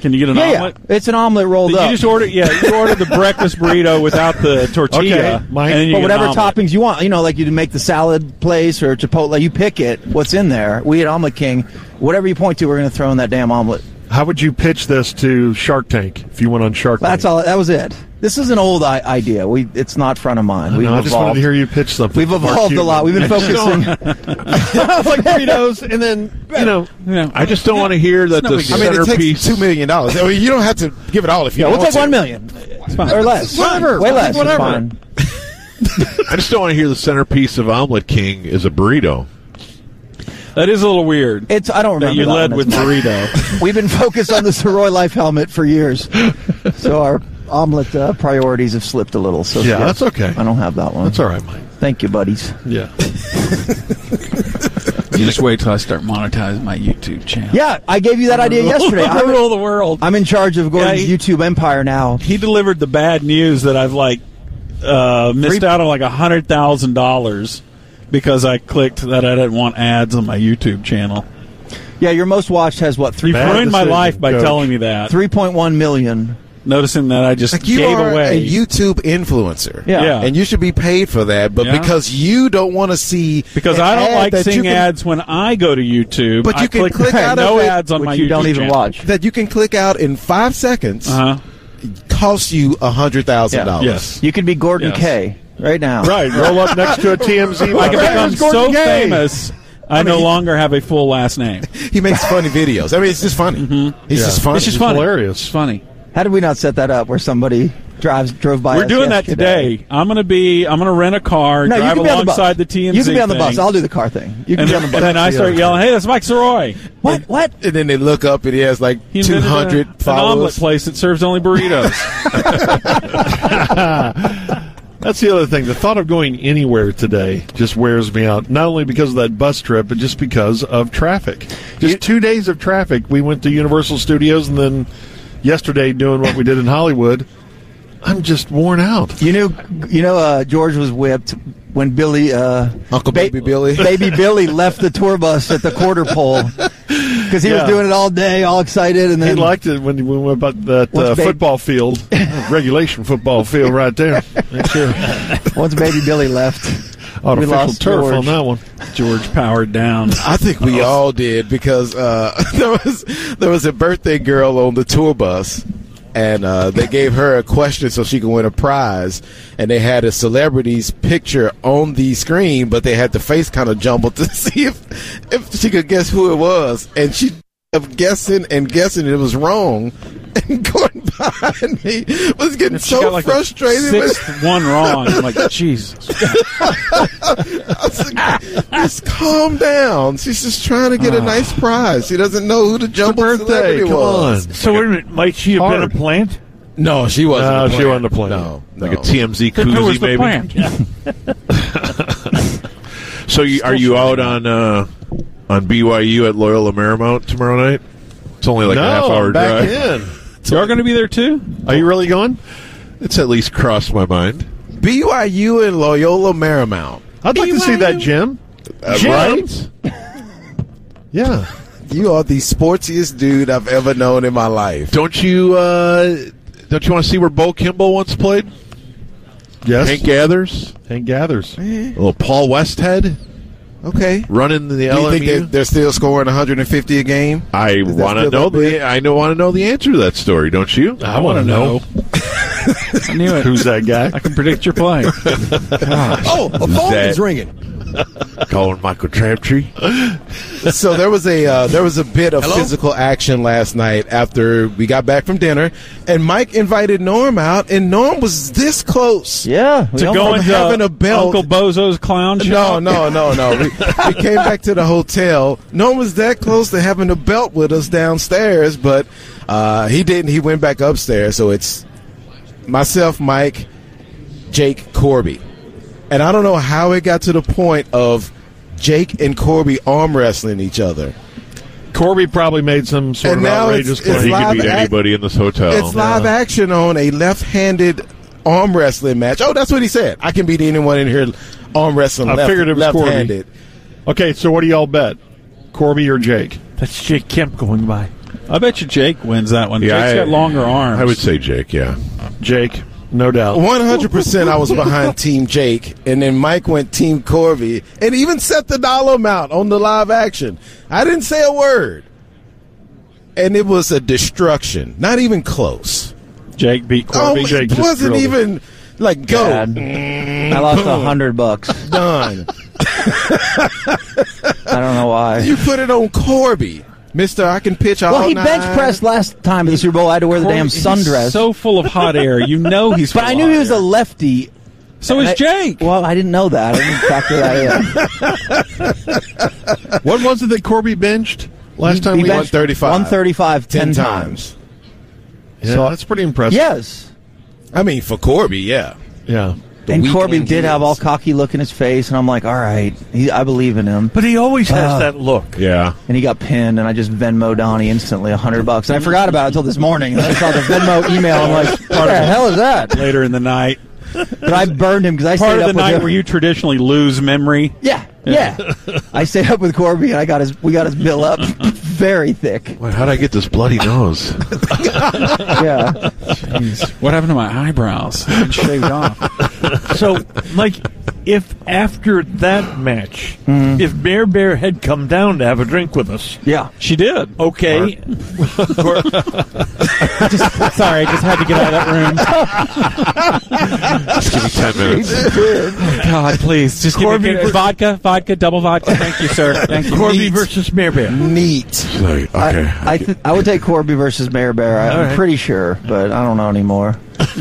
Speaker 3: Can you get an
Speaker 9: yeah,
Speaker 3: omelet?
Speaker 9: yeah, it's an omelet rolled
Speaker 3: Did
Speaker 9: up.
Speaker 3: you just order? Yeah, you ordered the breakfast burrito without the tortilla,
Speaker 2: Okay, Mike.
Speaker 3: and then you
Speaker 9: but
Speaker 3: get an
Speaker 9: whatever
Speaker 3: omelet.
Speaker 9: toppings you want, you know, like you make the salad place or Chipotle, you pick it. What's in there? We at Omelet King, whatever you point to, we're going to throw in that damn omelet.
Speaker 2: How would you pitch this to Shark Tank if you went on Shark
Speaker 9: That's
Speaker 2: Tank?
Speaker 9: all. That was it. This is an old I- idea. We it's not front of mind. We've
Speaker 2: No, I
Speaker 9: evolved.
Speaker 2: just wanted to hear you pitch something.
Speaker 9: We've
Speaker 2: Mark
Speaker 9: evolved a
Speaker 2: Cuban.
Speaker 9: lot.
Speaker 2: *laughs*
Speaker 9: We've been focusing.
Speaker 1: *laughs*
Speaker 9: *laughs*
Speaker 2: like burritos, and then you know.
Speaker 3: Yeah.
Speaker 11: I just don't want to hear that
Speaker 3: no
Speaker 11: the
Speaker 3: big deal.
Speaker 10: I mean, it takes
Speaker 11: centerpiece.
Speaker 10: two million dollars. I mean, you don't have to give it all if you
Speaker 9: Yeah, we'll
Speaker 10: want
Speaker 9: take
Speaker 10: to.
Speaker 9: one million or less.
Speaker 2: Whatever.
Speaker 9: Way less.
Speaker 2: Whatever.
Speaker 9: It's fine.
Speaker 11: I just don't want to hear the centerpiece of Omelet King is a burrito.
Speaker 3: That is a little weird.
Speaker 9: It's I don't remember.
Speaker 3: that you
Speaker 9: that
Speaker 3: led
Speaker 9: one.
Speaker 3: with
Speaker 9: It's-
Speaker 3: burrito.
Speaker 9: We've been focused on the Soroy Life helmet for years, so our omelet uh, priorities have slipped a little. So
Speaker 2: Yeah, that's okay.
Speaker 9: I don't have that one.
Speaker 2: That's all right, Mike.
Speaker 9: Thank you, buddies.
Speaker 2: Yeah.
Speaker 3: *laughs* you just wait till I start monetizing my YouTube channel.
Speaker 9: Yeah, I gave you that idea yesterday.
Speaker 3: *laughs* I
Speaker 9: I'm,
Speaker 3: rule the world.
Speaker 9: I'm in charge of Gordon's
Speaker 3: Yeah, he-
Speaker 9: YouTube empire now.
Speaker 3: he delivered the bad news that I've like uh, missed out on like a hundred thousand dollars because I clicked that I didn't want ads on my YouTube channel.
Speaker 9: Yeah, your most watched has what three
Speaker 3: You've
Speaker 2: Bad
Speaker 3: ruined my
Speaker 2: decision,
Speaker 3: life by
Speaker 2: Coach.
Speaker 3: telling me that.
Speaker 9: three point one million.
Speaker 3: Noticing that I just
Speaker 10: Like you
Speaker 3: gave
Speaker 10: are
Speaker 3: away
Speaker 10: a YouTube influencer,
Speaker 3: Yeah. Yeah.
Speaker 10: and you should be paid for that. But
Speaker 3: Yeah.
Speaker 10: because you don't want to see,
Speaker 3: because
Speaker 10: an
Speaker 3: I don't
Speaker 10: ad
Speaker 3: like
Speaker 10: that you
Speaker 3: seeing
Speaker 10: can-
Speaker 3: ads when I go to YouTube.
Speaker 10: But you
Speaker 3: I
Speaker 10: can click,
Speaker 3: *laughs*
Speaker 10: out
Speaker 3: no
Speaker 10: of it,
Speaker 3: ads on my YouTube channel.
Speaker 10: That you can click out in five seconds.
Speaker 3: Uh-huh.
Speaker 10: Costs you a hundred thousand dollars.
Speaker 9: Yes. You could be Gordon
Speaker 10: Yes.
Speaker 9: Kay right now.
Speaker 2: Right, roll up next
Speaker 9: *laughs*
Speaker 2: to a TMZ.
Speaker 3: I can become so
Speaker 9: Gay.
Speaker 3: famous. I, no longer have a full last *laughs* name.
Speaker 10: He makes funny videos. I mean, it's just funny.
Speaker 3: Mm-hmm.
Speaker 10: He's
Speaker 9: Yeah.
Speaker 10: just funny.
Speaker 9: It's just funny.
Speaker 2: hilarious.
Speaker 3: funny.
Speaker 9: How did we not set that up where somebody drives drove by?
Speaker 3: We're
Speaker 9: us
Speaker 3: doing that
Speaker 9: yesterday?
Speaker 3: today. I'm going to be. I'm going to rent a car,
Speaker 9: No, you
Speaker 3: drive
Speaker 9: can be on the bus.
Speaker 3: alongside the, TMZ.
Speaker 9: You can be on the bus.
Speaker 3: thing.
Speaker 9: I'll do the car thing. You can
Speaker 3: and,
Speaker 9: be on
Speaker 3: then,
Speaker 9: the
Speaker 3: and
Speaker 9: bus.
Speaker 3: then I start yelling, "Hey, that's Mike Soroy!"
Speaker 9: What? What?
Speaker 10: And then they look up and he has like
Speaker 3: He
Speaker 10: two
Speaker 3: invented a-
Speaker 10: hundred
Speaker 3: An omelet
Speaker 10: followers.
Speaker 3: place that serves
Speaker 10: *laughs*
Speaker 3: only burritos.
Speaker 2: That's the other thing. The thought of going anywhere today just wears me out. Not only because of that bus trip, but just because of traffic. Just two days of traffic. We went to Universal Studios and then yesterday doing what we did in Hollywood. I'm just worn out.
Speaker 9: You knew, you know, uh, George was whipped when Billy, uh,
Speaker 10: Uncle Baby Billy,
Speaker 9: Baby Billy left the tour bus at the quarter pole because he
Speaker 2: Yeah.
Speaker 9: was doing it all day, all excited, and then
Speaker 2: he liked it when when we went about that
Speaker 9: What's
Speaker 2: uh,
Speaker 9: ba-
Speaker 2: football
Speaker 9: *laughs*
Speaker 2: field, regulation football field right there. Right there.
Speaker 9: once Baby
Speaker 3: *laughs*
Speaker 9: Billy left, we
Speaker 2: Artificial
Speaker 9: lost
Speaker 2: turf
Speaker 9: George.
Speaker 2: on that one.
Speaker 3: George powered down.
Speaker 10: I think we
Speaker 3: Oh.
Speaker 10: all did because uh, *laughs* there was there was a birthday girl on the tour bus, and uh, they gave her a question so she could win a prize, and they had a celebrity's picture on the screen, but they had the face kind of jumbled to *laughs* see if if she could guess who it was, and she kept guessing and guessing and it was wrong. *laughs* And going *laughs* behind me was getting
Speaker 3: She
Speaker 10: so
Speaker 3: got like the
Speaker 10: frustrated. with-
Speaker 3: sixth one wrong.
Speaker 10: *laughs*
Speaker 3: I'm like, Jesus.
Speaker 10: Just calm down. She's just trying to get a nice prize. She doesn't know who the jumbled Ah. celebrity
Speaker 2: come
Speaker 10: was.
Speaker 2: on.
Speaker 12: So wait a minute. Might she have been a
Speaker 2: Hard.
Speaker 12: plant?
Speaker 10: No, she wasn't.
Speaker 2: No,
Speaker 10: a
Speaker 2: she
Speaker 10: plant.
Speaker 2: wasn't a plant.
Speaker 10: No, no.
Speaker 11: Like a TMZ
Speaker 12: Then who was
Speaker 11: koozie,
Speaker 12: the
Speaker 11: maybe.
Speaker 12: plant?
Speaker 11: *laughs* So, you, are you out on uh, on BYU at Loyola Marymount tomorrow night? It's only like
Speaker 2: no,
Speaker 11: a half hour
Speaker 2: I'm back
Speaker 11: drive.
Speaker 2: in.
Speaker 3: Y'all going to be there too?
Speaker 2: Are you really going?
Speaker 11: It's at least crossed my mind.
Speaker 10: BYU and Loyola Marymount.
Speaker 2: I'd like to see that, Jim.
Speaker 11: Uh,
Speaker 2: Jim?
Speaker 11: right?
Speaker 2: Yeah.
Speaker 10: You are the sportsiest dude I've ever known in my life.
Speaker 11: Don't you uh, don't you want to see where Bo Kimball once played?
Speaker 2: Yes.
Speaker 11: Hank Gathers,
Speaker 2: Hank gathers.
Speaker 11: a little Paul Westhead
Speaker 10: Okay.
Speaker 11: running the
Speaker 10: Do you think they're,
Speaker 11: LMU.
Speaker 10: they're still scoring 150 a
Speaker 11: *laughs*
Speaker 10: game?
Speaker 11: I
Speaker 10: that
Speaker 11: want to
Speaker 10: still
Speaker 11: know
Speaker 10: that big?
Speaker 11: the I know want to know the answer to that story. Don't you?
Speaker 2: I want to know.
Speaker 3: I knew it.
Speaker 2: who's that guy.
Speaker 3: I can predict your play.
Speaker 10: *laughs*
Speaker 4: Oh, a phone
Speaker 11: that?
Speaker 4: is ringing.
Speaker 11: Calling Michael Crabtree.
Speaker 10: *laughs* so there was a uh, there was a bit of
Speaker 4: Hello?
Speaker 10: physical action last night after we got back from dinner, and Mike invited Norm out, and Norm was this close.
Speaker 9: Yeah, we
Speaker 3: to
Speaker 9: all-
Speaker 3: go
Speaker 10: from
Speaker 3: into
Speaker 10: having a belt-
Speaker 3: Uncle Bozo's clown
Speaker 10: No,
Speaker 3: shop.
Speaker 10: no, no,
Speaker 3: *laughs*
Speaker 10: no. We, we came back to the hotel. Norm was that close to having a belt with us downstairs, but uh, he didn't. He went back upstairs. So it's myself, Mike, Jake, Corby. And I don't know how it got to the point of Jake and Corby arm wrestling each other.
Speaker 2: Corby probably made some sort
Speaker 10: And
Speaker 2: of
Speaker 10: now
Speaker 2: outrageous
Speaker 10: it's-
Speaker 2: claim.
Speaker 10: it's
Speaker 11: he could
Speaker 10: live
Speaker 11: beat
Speaker 10: act-
Speaker 11: anybody in this hotel.
Speaker 10: It's live action on a left-handed arm wrestling match. Oh, that's what he said. I can beat anyone in here arm wrestling.
Speaker 2: I
Speaker 10: left,
Speaker 2: figured it was Corby.
Speaker 10: left-handed.
Speaker 2: Okay, so what do y'all bet? Corby or Jake?
Speaker 12: That's Jake Kemp going by.
Speaker 3: I bet you Jake wins that one.
Speaker 11: Yeah,
Speaker 3: Jake's
Speaker 11: I-
Speaker 3: got longer arms.
Speaker 11: I would say Jake. Yeah.
Speaker 2: Jake, no doubt.
Speaker 10: One hundred percent, I
Speaker 9: *laughs*
Speaker 10: was behind
Speaker 11: *laughs*
Speaker 10: Team Jake, and then Mike went Team Corby, and even set the dollar amount on the live action. I didn't say a word, and it was a destruction. Not even close.
Speaker 3: Jake beat
Speaker 10: Oh,
Speaker 3: Corby.
Speaker 2: Jake
Speaker 10: it
Speaker 2: just
Speaker 10: wasn't
Speaker 2: drilled
Speaker 10: even like go
Speaker 9: God. I lost a hundred bucks.
Speaker 10: done.
Speaker 9: *laughs* I don't know why.
Speaker 10: you put it on Corby, Mister. I can pitch all
Speaker 9: Well, he
Speaker 10: night.
Speaker 9: bench pressed last time in the Super Bowl. I had to wear the damn
Speaker 3: He's
Speaker 9: sundress.
Speaker 3: So full of hot air. You know he's.
Speaker 9: but
Speaker 3: full
Speaker 9: I
Speaker 3: of
Speaker 9: knew
Speaker 3: hot
Speaker 9: he was
Speaker 3: air.
Speaker 9: a lefty.
Speaker 3: So is
Speaker 9: I-
Speaker 3: Jake.
Speaker 9: Well, I didn't know that. I didn't factor
Speaker 3: *laughs*
Speaker 9: that in.
Speaker 2: *laughs* What was it that Corby benched last time
Speaker 9: He
Speaker 2: we
Speaker 9: benched
Speaker 2: went?
Speaker 10: 135.
Speaker 9: 135
Speaker 10: ten
Speaker 9: 10
Speaker 10: times.
Speaker 2: Yeah, that's pretty impressive.
Speaker 9: Yes.
Speaker 10: I mean, for Corby, yeah.
Speaker 2: Yeah.
Speaker 10: The
Speaker 9: and Corby
Speaker 10: weekend
Speaker 9: did have
Speaker 10: is.
Speaker 9: all cocky look in his face, and I'm like, all right, he, I believe in him.
Speaker 12: But he always has
Speaker 9: Ah.
Speaker 12: that look.
Speaker 11: Yeah.
Speaker 9: And he got pinned, and I just Venmo Donnie instantly a hundred bucks, and I forgot about it until this morning. I saw the Venmo email. I'm like, *laughs* what the hell is that?
Speaker 3: Later in the night,
Speaker 9: But I burned him because I
Speaker 3: part
Speaker 9: stayed
Speaker 3: of
Speaker 9: up with
Speaker 3: the night
Speaker 9: him.
Speaker 3: where you traditionally lose memory.
Speaker 9: Yeah, yeah. I stayed up *laughs* with Corby, and I got his. We got his bill up very thick.
Speaker 11: Wait, how'd I get this bloody nose?
Speaker 9: yeah.
Speaker 3: What happened to my eyebrows? They've been shaved off.
Speaker 12: *laughs* So, like, if after that match, if Bear Bear had come down to have a drink with us,
Speaker 9: yeah,
Speaker 12: she did. Okay,
Speaker 13: Just- sorry, just had to get out of that room.
Speaker 11: Just give me ten minutes.
Speaker 13: God, please, just
Speaker 3: Corby
Speaker 13: give me
Speaker 3: ver-
Speaker 13: vodka, vodka, double vodka. Thank you, sir.
Speaker 3: *laughs*
Speaker 13: Thank you.
Speaker 12: Corby versus Bear Bear.
Speaker 9: Neat.
Speaker 11: okay.
Speaker 9: I, I, th- I would take Corby versus Mayor Bear. I,
Speaker 13: All
Speaker 9: I'm
Speaker 13: right.
Speaker 9: pretty sure, but I don't know anymore.
Speaker 3: He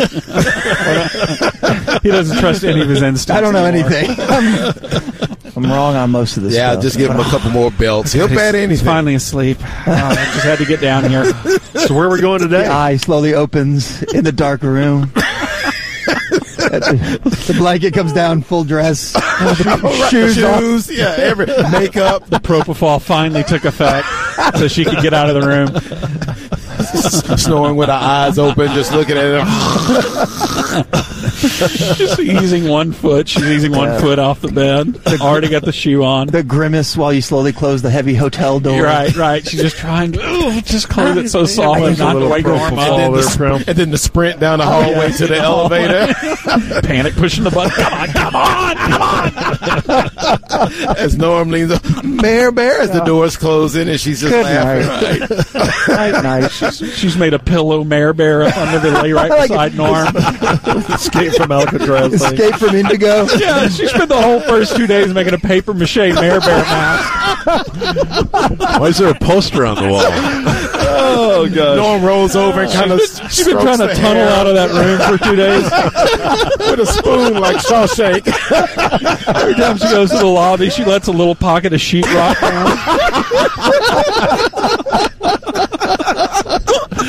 Speaker 3: doesn't trust any of his instincts.
Speaker 9: I don't know
Speaker 3: anymore.
Speaker 9: anything. I'm, I'm wrong on most of this.
Speaker 10: Yeah,
Speaker 9: stuff.
Speaker 10: just give him a couple more belts. He'll
Speaker 9: He's-
Speaker 10: bat
Speaker 9: he's
Speaker 10: anything.
Speaker 9: *laughs*
Speaker 3: finally asleep.
Speaker 9: Oh,
Speaker 3: I just had to get down here.
Speaker 9: So
Speaker 2: where are we going today?
Speaker 9: The eye slowly opens in the dark room. the blanket comes down, full dress, shoes,
Speaker 10: Shoes,
Speaker 9: off.
Speaker 10: yeah,
Speaker 9: *laughs*
Speaker 10: every-
Speaker 3: makeup. The propofol finally took effect, so she could get out of the room.
Speaker 10: Snoring with her eyes open, just looking at him.
Speaker 3: Just easing one foot. She's easing one
Speaker 9: Yeah.
Speaker 3: foot off the bed. Already got the shoe on.
Speaker 9: The grimace while you slowly close the heavy hotel door.
Speaker 3: Right, right.
Speaker 9: *laughs*
Speaker 3: She's just trying to ooh, just close it so soft
Speaker 9: I
Speaker 3: and
Speaker 9: use a
Speaker 3: not to
Speaker 9: little
Speaker 3: wake her arm
Speaker 10: And then, the,
Speaker 3: up.
Speaker 10: sp- and then the sprint down the *laughs* hallway
Speaker 3: Oh, yeah. *laughs*
Speaker 10: to the
Speaker 3: Yeah.
Speaker 10: elevator.
Speaker 3: *laughs* Panic pushing the button. Come on, come on, come
Speaker 10: on. As Norm leans up, Mayor Bear, as the doors close in, and she's just
Speaker 3: Good
Speaker 10: laughing. Right. *laughs*
Speaker 9: Night, night.
Speaker 3: She's, she's made a pillow mare bear up under the lay right
Speaker 9: I like
Speaker 3: beside
Speaker 9: it.
Speaker 3: Norm.
Speaker 2: Escape from Alcatraz.
Speaker 9: Escape from Indigo.
Speaker 3: yeah, she spent the whole first two days making a paper mache mare bear mask.
Speaker 11: Why is there a poster on the
Speaker 3: *laughs*
Speaker 11: wall?
Speaker 2: Oh god!
Speaker 10: Norm rolls over and kind of
Speaker 3: She's been, she's been trying to tunnel out of that room for two days.
Speaker 10: *laughs* with a spoon like Shawshank.
Speaker 3: Every time she goes to the lobby, she lets a little pocket of sheetrock down.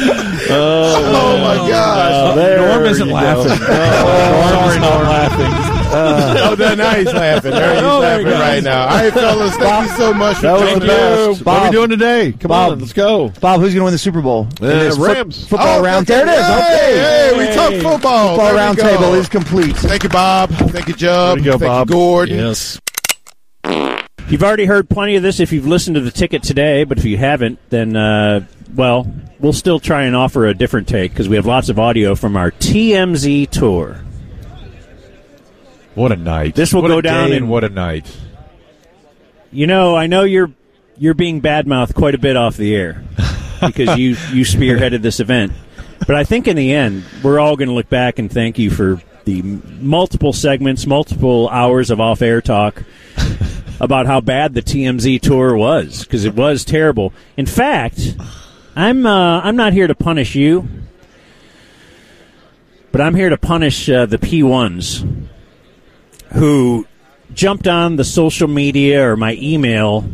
Speaker 10: Oh my gosh!
Speaker 3: Norm isn't
Speaker 2: Oh,
Speaker 3: laughing. Norm is not laughing.
Speaker 10: oh, there, now he's laughing. There he's
Speaker 3: Oh, there
Speaker 10: laughing
Speaker 3: he goes.
Speaker 10: right now. All right, fellas, thank you so much for
Speaker 2: That was
Speaker 10: joining
Speaker 2: the best.
Speaker 10: us.
Speaker 2: What are
Speaker 9: Bob.
Speaker 2: we doing today? Come
Speaker 9: Bob.
Speaker 2: on, let's go.
Speaker 9: Bob, who's going to win the Super Bowl? In
Speaker 2: Uh,
Speaker 9: this foot-
Speaker 2: Rams.
Speaker 9: football
Speaker 10: Oh,
Speaker 9: round.
Speaker 10: okay.
Speaker 9: There it is.
Speaker 10: Hey,
Speaker 9: Okay.
Speaker 10: hey, we talk football. There
Speaker 9: Football
Speaker 10: we
Speaker 9: round
Speaker 10: go.
Speaker 9: table is complete.
Speaker 10: Thank you, Bob. Thank you, Jub.
Speaker 2: There you go,
Speaker 10: Thank
Speaker 2: Bob.
Speaker 10: you, Gordon.
Speaker 3: Yes.
Speaker 14: You've already heard plenty of this if you've listened to the ticket today, but if you haven't, then, uh, well, we'll still try and offer a different take because we have lots of audio from our TMZ tour.
Speaker 13: What a night!
Speaker 14: This will
Speaker 13: What
Speaker 14: go
Speaker 13: a
Speaker 14: down
Speaker 13: day
Speaker 14: in-
Speaker 13: and what a night.
Speaker 14: You know, I know you're you're being badmouthed quite a bit off the
Speaker 13: *laughs*
Speaker 14: air because you you spearheaded this event. But I think in the end, we're all going to look back and thank you for the m- multiple segments, multiple hours of off-air
Speaker 13: *laughs*
Speaker 14: talk about how bad the TMZ tour was because it was terrible. In fact, I'm uh, I'm not here to punish you, but I'm here to punish uh, the P1s who jumped on the social media or my email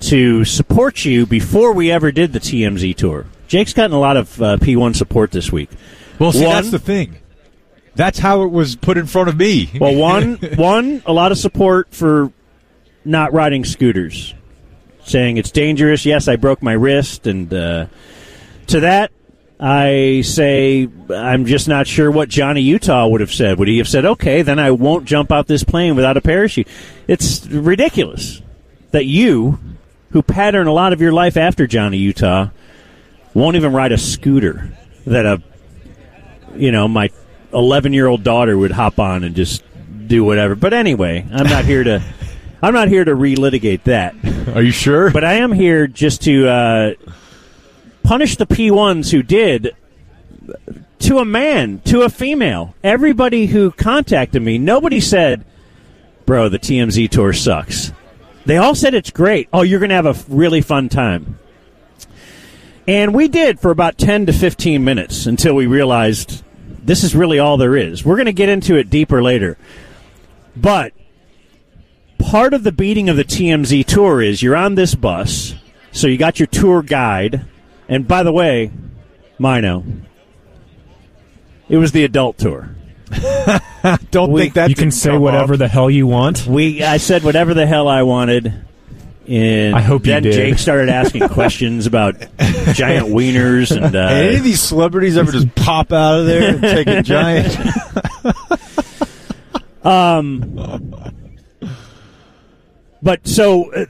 Speaker 14: to support you before we ever did the TMZ tour. Jake's gotten a lot of uh, P1 support this week.
Speaker 13: Well, see,
Speaker 14: One-
Speaker 13: that's the thing. That's how it was put in front of me.
Speaker 14: well,
Speaker 13: *laughs*
Speaker 14: one, one, a lot of support for not riding scooters, saying it's dangerous. Yes, I broke my wrist, and uh, to that, I say I'm just not sure what Johnny Utah would have said. Would he have said, "Okay, then I won't jump out this plane without a parachute"? It's ridiculous that you, who pattern a lot of your life after Johnny Utah, won't even ride a scooter that a you know, my 11 year old daughter would hop on and just do whatever. But anyway, I'm not here
Speaker 13: *laughs*
Speaker 14: to. I'm not here to relitigate that.
Speaker 13: Are you sure?
Speaker 14: But I am here just to uh, punish the P1s who did to a man, to a female. Everybody who contacted me, nobody said, "Bro, the TMZ tour sucks." They all said it's great. Oh, you're going to have a f- really fun time. And we did for about 10 to 15 minutes until we realized this is really all there is. We're going to get into it deeper later. But part of the beating of the TMZ tour is you're on this bus, so you got your tour guide. And by the way, Mino, it was the adult *laughs* tour.
Speaker 13: Don't
Speaker 14: think that
Speaker 13: you can say whatever the hell you want.
Speaker 14: We, I said whatever the hell I wanted. And
Speaker 13: I hope you
Speaker 14: then
Speaker 13: did.
Speaker 14: Jake started asking questions about giant wieners and uh,
Speaker 13: Any of these celebrities ever just pop out of there and
Speaker 14: *laughs*
Speaker 13: take a giant?
Speaker 14: Um, but so uh,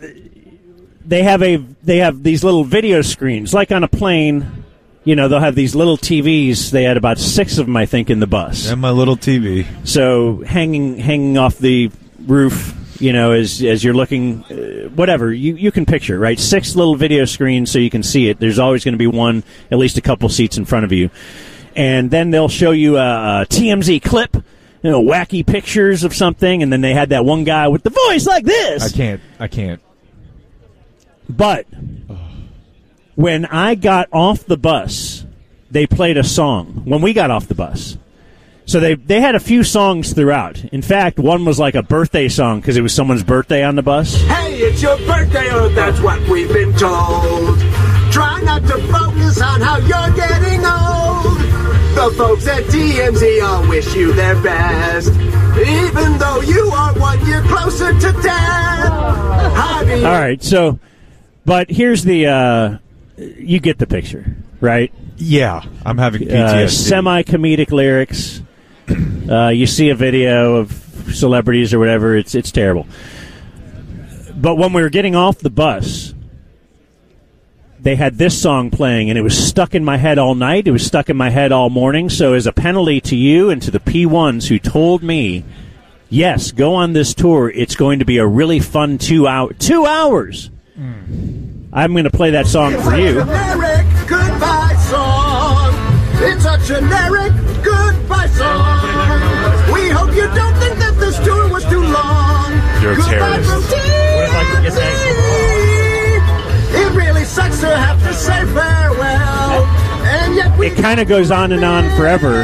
Speaker 14: they have a they have these little video screens like on a plane. You know, they'll have these little TVs. They had about six of them, I think, in the bus.
Speaker 13: And my little TV.
Speaker 14: So hanging hanging off the roof, you know, as as you're looking, uh, whatever you you can picture, right? Six little video screens so you can see it. There's always going to be one, at least a couple seats in front of you, and then they'll show you a, a TMZ clip, you know, wacky pictures of something, and then they had that one guy with the voice like this.
Speaker 13: I can't. I can't.
Speaker 14: But when I got off the bus, they played a song. When we got off the bus, so they they had a few songs throughout. In fact, one was like a birthday song because it was someone's birthday on the bus.
Speaker 5: Hey, it's your birthday, oh, that's what we've been told. Try not to focus on how you're getting old. The folks at TMZ all wish you their best, even though you are one year closer to death. How do you-
Speaker 14: All right, so, but here's the uh, you get the picture, right?
Speaker 13: Yeah, I'm having PTSD.
Speaker 14: Semi comedic lyrics. Uh, you see a video of celebrities or whatever. It's it's terrible. But when we were getting off the bus, they had this song playing, and it was stuck in my head all night. It was stuck in my head all morning. So, as a penalty to you and to the P1s who told me, yes, go on this tour. It's going to be a really fun two hour two hours. I'm going to play that song for you.
Speaker 5: generic goodbye song. It's a generic goodbye song. We hope you don't think that this tour was too long.
Speaker 11: You're a
Speaker 5: goodbye
Speaker 11: terrorist.
Speaker 5: from TMZ. It really sucks to have to say farewell. And yet we
Speaker 14: It kind of goes on and on forever,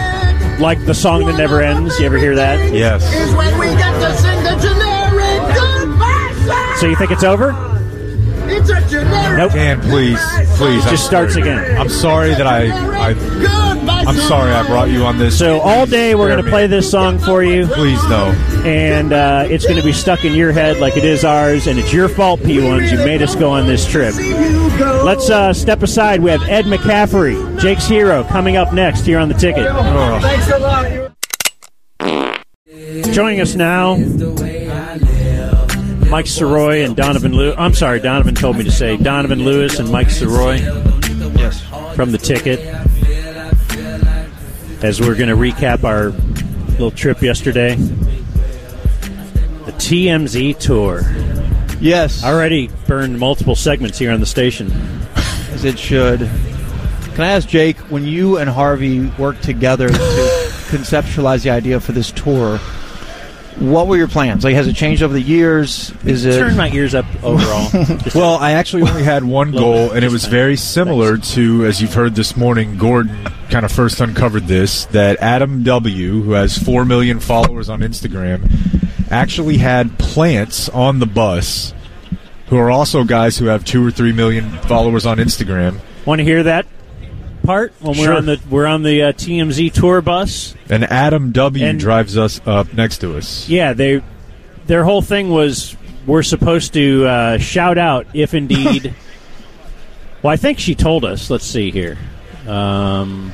Speaker 14: like the song that never ends. You ever hear that?
Speaker 13: Yes.
Speaker 5: is when we get to sing the generic goodbye song.
Speaker 14: So you think it's over?
Speaker 5: It's a generic
Speaker 14: Nope.
Speaker 13: Dan, please, please.
Speaker 14: Just starts again.
Speaker 13: I'm sorry that I, I
Speaker 5: goodbye
Speaker 13: I'm
Speaker 5: song.
Speaker 13: sorry I brought you on this.
Speaker 14: So all day we're
Speaker 13: Spare
Speaker 14: going to
Speaker 13: me.
Speaker 14: play this song for you.
Speaker 13: Please no.
Speaker 14: And uh, it's going to be stuck in your head like it is ours, and it's your fault, P1s. You made us go on this trip. Let's uh, step aside. We have Ed McCaffrey, Jake's Hero, coming up next here on the ticket.
Speaker 5: Oh. Thanks a lot.
Speaker 14: Joining us now, Mike Soroy and Donovan Lewis. I'm sorry, Donovan told me to say Donovan Lewis and Mike Soroy. Yes. From the ticket. As we're going to recap our little trip yesterday, the TMZ tour.
Speaker 13: Yes.
Speaker 14: Already burned multiple segments here on
Speaker 9: *laughs*
Speaker 14: the station.
Speaker 13: As it should.
Speaker 9: Can I ask Jake, when you and Harvey worked together to *laughs* conceptualize the idea for this tour, what were your plans? Like, has it changed over the years? Is it
Speaker 14: Turn my ears up
Speaker 9: *laughs*
Speaker 14: overall.
Speaker 13: *laughs* Well, I actually only had one goal, and it was very similar to, as you've heard this morning, Gordon kind of first uncovered this that Adam W., who has 4 million followers on Instagram, actually had plants on the bus who are also guys who have 2 or 3 million followers on Instagram.
Speaker 14: Want to hear that part when we're
Speaker 13: Sure.
Speaker 14: on the we're on the uh, TMZ tour bus?
Speaker 13: And Adam W.
Speaker 14: And-
Speaker 13: drives us up next
Speaker 14: *laughs*
Speaker 13: to us.
Speaker 14: Yeah, they their whole thing was we're supposed to uh, shout out
Speaker 9: *laughs*
Speaker 14: if indeed. well, I think she told us. Let's see here. Um,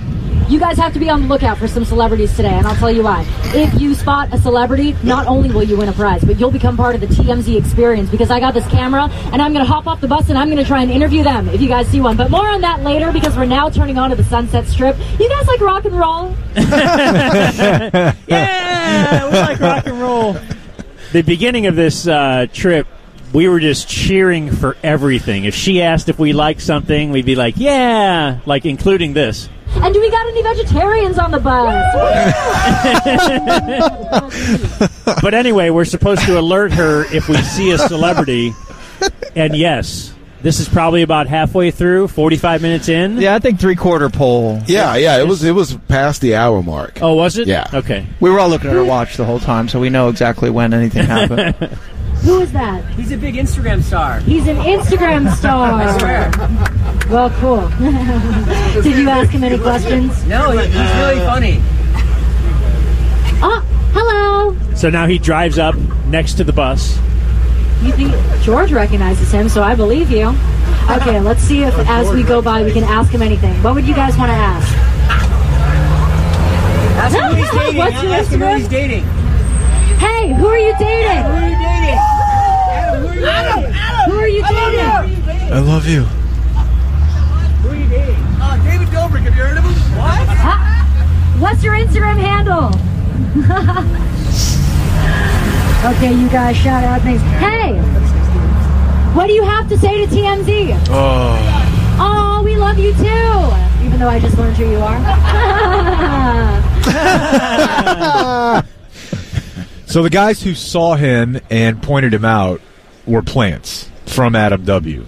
Speaker 7: You guys have to be on the lookout for some celebrities today, and I'll tell you why. If you spot a celebrity, not only will you win a prize, but you'll become part of the TMZ experience because I got this camera and I'm going to hop off the bus and I'm going to try and interview them if you guys see one. But more on that later because we're now turning on to the Sunset Strip. You guys like rock and roll?
Speaker 14: yeah, we like rock and roll. the beginning of this uh, trip, we were just cheering for everything. If she asked if we liked something, we'd be like, "Yeah," like including
Speaker 10: *laughs*
Speaker 14: this.
Speaker 7: And do we got any vegetarians on the
Speaker 5: *laughs*
Speaker 7: bus?
Speaker 14: but anyway, we're supposed to alert her if we see a celebrity. And yes, this is probably about halfway through, 45 minutes in.
Speaker 9: Yeah, I think three quarter poll.
Speaker 10: Yeah, yeah. It was it was past the hour mark.
Speaker 14: Oh, was it?
Speaker 10: Yeah.
Speaker 14: Okay.
Speaker 9: We were all looking at our watch the whole time, so we know exactly when anything
Speaker 10: *laughs*
Speaker 9: happened.
Speaker 7: Who is that?
Speaker 5: He's a big Instagram star.
Speaker 7: He's an Instagram star.
Speaker 5: I swear.
Speaker 7: Well,
Speaker 5: *laughs*
Speaker 7: cool. Did you ask him any questions?
Speaker 5: No, he- he's really funny.
Speaker 7: Oh, hello.
Speaker 14: So now he drives up next to the bus.
Speaker 7: You think George recognizes him, so I believe you. Okay, let's see if as we go by we can ask him anything. What would you guys want to ask?
Speaker 5: Ask him
Speaker 7: *laughs*
Speaker 5: who he's dating.
Speaker 7: What's your
Speaker 5: Ask him who
Speaker 7: Instagram?
Speaker 5: he's dating.
Speaker 7: Hey, who are you dating?
Speaker 5: Who are you dating? Adam, who are you dating?
Speaker 7: Who are you dating?
Speaker 13: *laughs* I love you.
Speaker 5: Uh, David Dobrik, have you heard of him? What?
Speaker 7: What's your Instagram handle? *laughs* okay, you guys, shout out things. Hey, what do you have to say to TMZ?
Speaker 13: Oh.
Speaker 7: Oh, we love you too. Even though I just learned who you are.
Speaker 13: So the guys who saw him and pointed him out were plants from Adam W.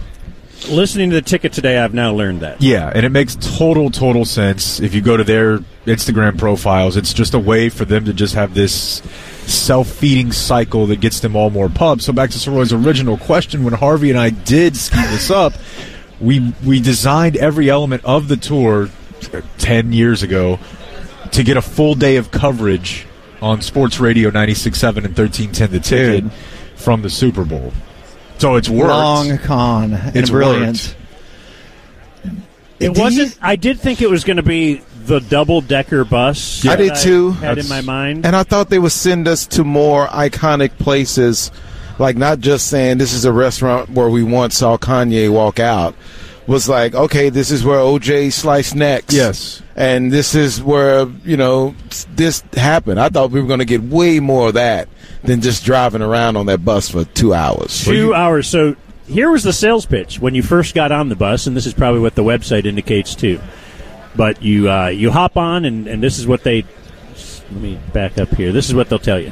Speaker 14: Listening to the ticket today, I've now learned that.
Speaker 13: Yeah, and it makes total, total sense. If you go to their Instagram profiles, it's just a way for them to just have this self feeding cycle that gets them all more pubs. So back to Soroy's original question, when Harvey and I did scheme this up, we we designed every element of the tour uh, ten years ago to get a full day of coverage on sports radio 96.7 and 1310 the ticket from the Super Bowl. So it's worked.
Speaker 9: Long con. and
Speaker 13: It's
Speaker 9: brilliant.
Speaker 13: worked.
Speaker 14: It wasn't. I did think it was going to be the double decker bus.
Speaker 10: I did
Speaker 14: that
Speaker 10: too.
Speaker 14: had in my mind.
Speaker 10: And I thought they would send us to more iconic places, like not just saying this is a restaurant where we once saw Kanye walk out. Was like, okay, this is where OJ sliced necks.
Speaker 13: Yes.
Speaker 10: And this is where, you know, s- this happened. I thought we were going to get way more of that than just driving around on that bus for two hours.
Speaker 14: Two hours. So here was the sales pitch when you first got on the bus, and this is probably what the website indicates too. But you uh, you hop on, and, and this is what they. Let me back up here. This is what they'll tell you.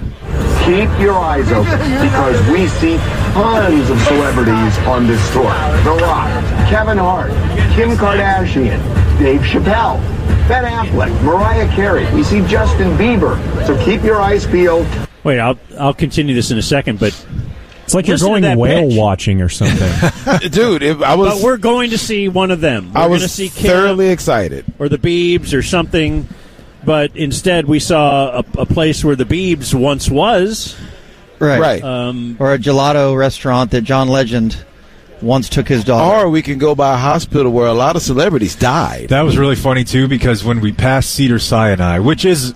Speaker 15: Keep your eyes open because we see tons of celebrities on this tour. The Rock, Kevin Hart, Kim Kardashian, Dave Chappelle, Ben Affleck, Mariah Carey. We see Justin Bieber. So keep your eyes peeled.
Speaker 14: Wait, I'll I'll continue this in a second, but
Speaker 16: It's like you're
Speaker 14: Listen to
Speaker 16: going
Speaker 14: that
Speaker 16: whale
Speaker 14: bitch.
Speaker 16: watching or something.
Speaker 10: *laughs* Dude, if I was.
Speaker 14: but we're going to see one of them. We're
Speaker 10: I
Speaker 14: going to
Speaker 10: was
Speaker 14: see Kim
Speaker 10: thoroughly excited.
Speaker 14: or the Beebs or something. But instead, we saw a, a place where the Beebs once was.
Speaker 9: Right.
Speaker 14: Um,
Speaker 9: or a gelato restaurant that John Legend once took his daughter.
Speaker 10: Or we can go by a hospital where a lot of celebrities died.
Speaker 13: That was really funny too because when we passed Cedar Sinai, which is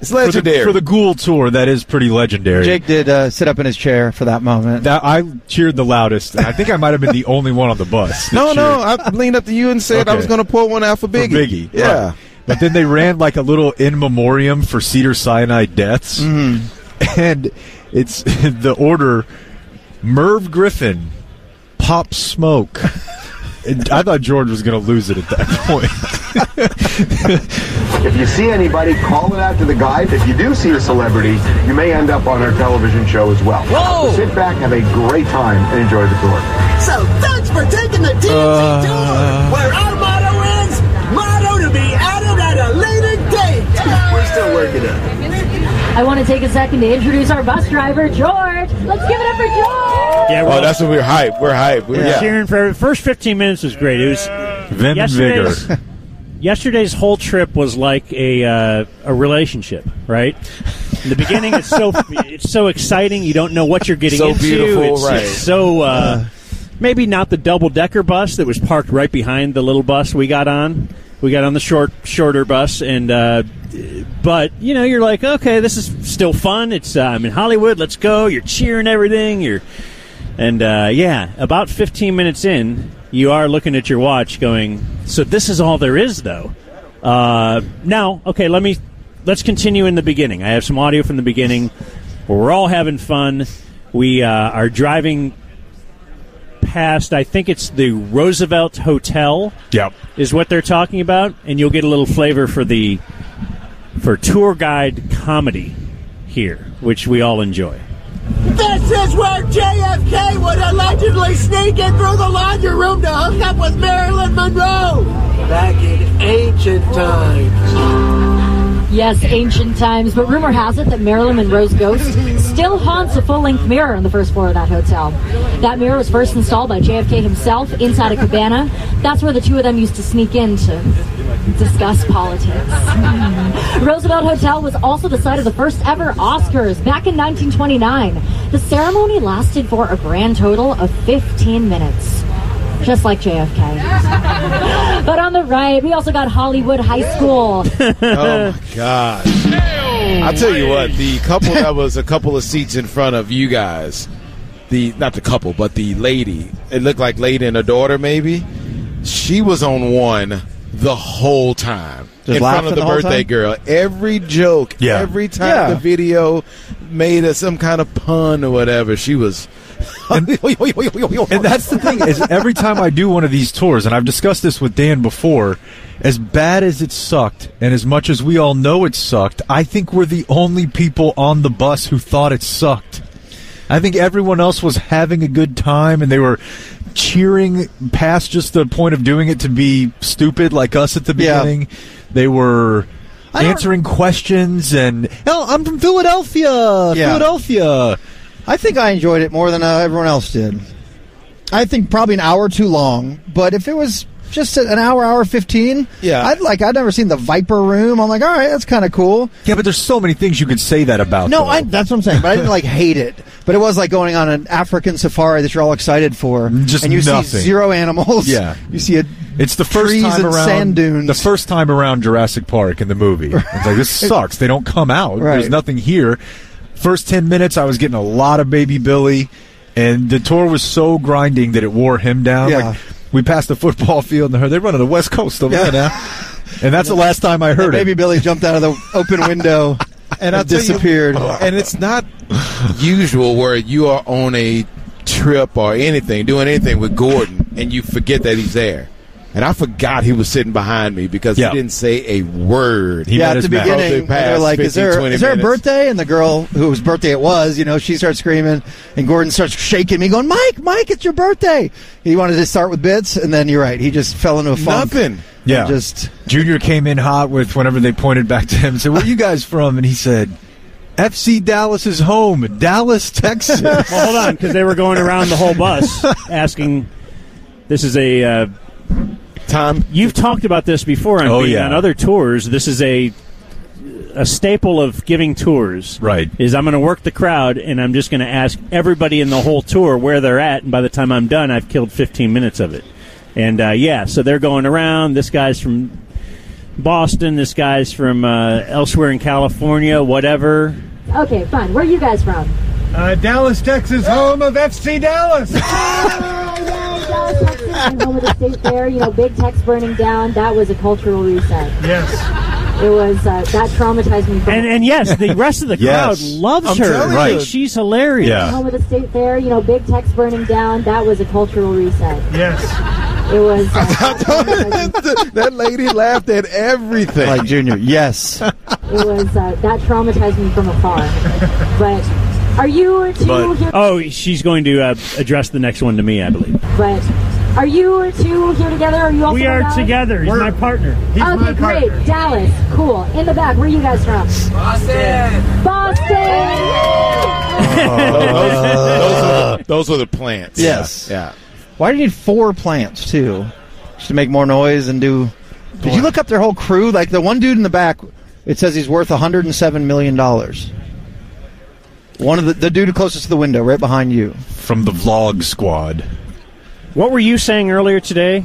Speaker 10: it's legendary.
Speaker 13: for the, Ghoul tour, that is pretty legendary.
Speaker 9: Jake did uh, sit up in his chair for that moment.
Speaker 13: That I cheered the loudest. and I think I might have been the only one on the bus. that
Speaker 10: No,
Speaker 13: cheered.
Speaker 10: no, I leaned up to you and said I
Speaker 13: Okay.
Speaker 10: was going to pour one out for
Speaker 13: For
Speaker 10: Biggie.
Speaker 13: Biggie.
Speaker 10: Yeah.
Speaker 13: right. But then they ran like a little in memoriam for Cedar Sinai deaths.
Speaker 10: Mm-hmm.
Speaker 13: And it's *laughs* the order Merv Griffin,
Speaker 10: *laughs*
Speaker 13: Pop Smoke. And I thought George was going to lose it at that point.
Speaker 15: If you see anybody, call it out to the guide. If you do see a celebrity, you may end up on our television show as well.
Speaker 5: Whoa!
Speaker 15: So sit back, have a great time, and enjoy the tour.
Speaker 5: So thanks for taking the TMZ
Speaker 14: Uh,
Speaker 10: Uh,
Speaker 5: tour, where our motto is motto to be added at a
Speaker 15: *laughs*
Speaker 5: later date. We're still working on it.
Speaker 7: *laughs* I want to take a second to introduce our bus driver, George. Let's give it up for George.
Speaker 14: Yeah,
Speaker 10: oh, that's when we were hype. We're hype. We-
Speaker 14: We're
Speaker 10: yeah.
Speaker 14: cheering for first fifteen minutes was great. It was
Speaker 13: Vim
Speaker 14: yesterday's, *laughs* yesterday's whole trip was like a uh, a relationship, right? In the beginning, it's so *laughs* it's so exciting. You don't know what you're getting
Speaker 10: So
Speaker 14: into.
Speaker 10: beautiful,
Speaker 14: it's,
Speaker 10: right.
Speaker 14: it's so. Uh, Maybe not the double decker bus that was parked right behind the little bus we got on. We got on the short, shorter bus, and uh, but you know you're like, okay, this is still fun. It's uh, I'm in Hollywood. Let's go. You're cheering everything. You're and uh, yeah, about 15 minutes in, you are looking at your watch, going, "So this is all there is, though." Uh, now, okay, let me let's continue in the beginning. I have some audio from the beginning. We're all having fun. We uh, are driving past. I think it's the Roosevelt Hotel.
Speaker 13: Yep.
Speaker 14: is what they're talking about, and you'll get a little flavor for the for tour guide comedy here, which we all enjoy.
Speaker 5: This is where JFK would allegedly sneak in through the laundry room to hook up with Marilyn Monroe. Back in ancient *laughs* times.
Speaker 7: Yes, ancient times, but rumor has it that Marilyn Monroe's ghost still haunts a full-length mirror on the first floor of that hotel. That mirror was first installed by JFK himself inside a cabana. That's where the two of them used to sneak in to discuss politics. Roosevelt Hotel was also the site of the first ever Oscars back in 1929. The ceremony lasted for a grand total of 15 minutes. Just like JFK. *laughs* but on the right, we also got Hollywood High School.
Speaker 10: *laughs* *laughs* oh my god! I tell you what, the couple that was a couple of seats in front of you guys the not the couple, but the lady. It looked like lady and her daughter, maybe. She was on one the whole time
Speaker 9: Just
Speaker 10: in front
Speaker 9: laughing
Speaker 10: of the,
Speaker 9: the whole
Speaker 10: birthday
Speaker 9: time?
Speaker 10: girl. Every joke,
Speaker 9: Yeah.
Speaker 10: every time
Speaker 9: Yeah.
Speaker 10: the video made a, some kind of pun or whatever, she was. *laughs*
Speaker 13: and that's the thing is every time I do one of these tours, and I've discussed this with Dan before, as bad as it sucked, and as much as we all know it sucked, I think we're the only people on the bus who thought it sucked. I think everyone else was having a good time and they were cheering past just the point of doing it to be stupid like us at the beginning. They were answering questions and hell, I'm from Philadelphia. Philadelphia.
Speaker 9: I think I enjoyed it more than uh, everyone else did. I think probably an hour too long, but if it was just an hour, hour fifteen,
Speaker 10: Yeah.
Speaker 9: I'd like. I'd never seen the Viper Room. I'm like, all right, that's kind of cool.
Speaker 13: Yeah, but there's so many things you could say that about.
Speaker 9: No, I, that's what I'm saying. But I didn't like hate it. But it was like going on an African safari that you're all excited for,
Speaker 13: Just
Speaker 9: and you see
Speaker 13: nothing.
Speaker 9: zero animals.
Speaker 13: Yeah.
Speaker 9: *laughs* you see a
Speaker 13: It's the first
Speaker 9: trees and
Speaker 13: time around
Speaker 9: sand dunes.
Speaker 13: the first time around Jurassic Park in
Speaker 9: *laughs*
Speaker 13: the movie. It's like this sucks. They don't come out.
Speaker 9: Right.
Speaker 13: There's nothing here. First 10 minutes I was getting a lot of baby Billy and the tour was so grinding that it wore him down.
Speaker 9: Yeah.
Speaker 13: Like we passed the football field and I heard they're running the West Coast over
Speaker 9: Yeah.
Speaker 13: there now. And that's the last time I heard it.
Speaker 9: Baby Billy jumped out of the open
Speaker 13: *laughs*
Speaker 9: window and,
Speaker 10: I'll tell you-
Speaker 9: disappeared.
Speaker 10: and it's not usual where you are on a trip or anything, doing anything with Gordon, and you forget that he's there. And I forgot he was sitting behind me because
Speaker 13: Yeah.
Speaker 10: he didn't say a word.
Speaker 9: yeah, at the beginning,
Speaker 10: Probably past
Speaker 9: they're like, "Is
Speaker 10: 15,
Speaker 9: there
Speaker 10: 20
Speaker 9: is there a
Speaker 10: minutes. *laughs*
Speaker 9: birthday?" And the girl whose birthday it was, you know, she starts screaming, and Gordon starts shaking me, going, "Mike, Mike, it's your birthday!" He wanted to start with bits, and then you're right, he just fell into a funk.
Speaker 10: Nothing.
Speaker 13: Yeah.
Speaker 9: just
Speaker 13: Junior came in hot with whenever they pointed back to him and said, Where you guys from? And he said, FC Dallas is home, Dallas,
Speaker 14: *laughs*
Speaker 13: Texas.
Speaker 14: well, hold on, because they were going around the whole bus asking. This is a uh,
Speaker 10: Tom.
Speaker 14: You've talked about this before on
Speaker 13: Oh,
Speaker 14: being
Speaker 13: yeah.
Speaker 14: on other tours. This is a a staple of giving tours.
Speaker 13: Right.
Speaker 14: Is I'm going to work the crowd and I'm just going to ask everybody in the whole tour where they're at, and by the time I'm done, I've killed 15 minutes of it. And uh, yeah, so they're going around. This guy's from Boston. This guy's from uh, elsewhere in California. Whatever.
Speaker 7: Okay, fun. Where are you guys from?
Speaker 16: Uh, Dallas, Texas, home of FC
Speaker 7: *laughs*
Speaker 16: Dallas.
Speaker 7: Dallas, Texas, and home of the state fair. You know, big Tex burning down. That was a cultural reset.
Speaker 16: Yes.
Speaker 7: It was uh, that traumatized me.
Speaker 14: And and yes, the
Speaker 7: *laughs*
Speaker 14: rest of the crowd
Speaker 13: Yes.
Speaker 14: loves
Speaker 13: I'm
Speaker 14: her.
Speaker 13: telling you. Right.
Speaker 14: She's hilarious.
Speaker 7: Home of the state fair. You know, big Tex burning down. That was a cultural reset.
Speaker 16: Yes.
Speaker 7: It was.
Speaker 10: *laughs*
Speaker 7: Uh,
Speaker 10: that lady laughed at everything.
Speaker 9: Like Junior, yes.
Speaker 7: it was uh, that traumatized me from afar. But are you two here?
Speaker 14: oh, she's going to uh, address the next one to me, I believe.
Speaker 7: But are you two here together? Are you all
Speaker 16: We are together. He's my
Speaker 14: partner.
Speaker 7: okay,
Speaker 16: my
Speaker 7: great. Dallas, cool. In the back, where are you guys from? Boston. Boston.
Speaker 10: Oh, those, those, were, those were the plants.
Speaker 9: Yes.
Speaker 10: Yeah.
Speaker 9: Why do you need four plants too? Just to make more noise and do. Did you look up their whole crew? Like the one dude in the back, it says he's worth 107 million dollars. One of the the dude closest to the window, right behind you.
Speaker 13: From the vlog squad.
Speaker 14: What were you saying earlier today?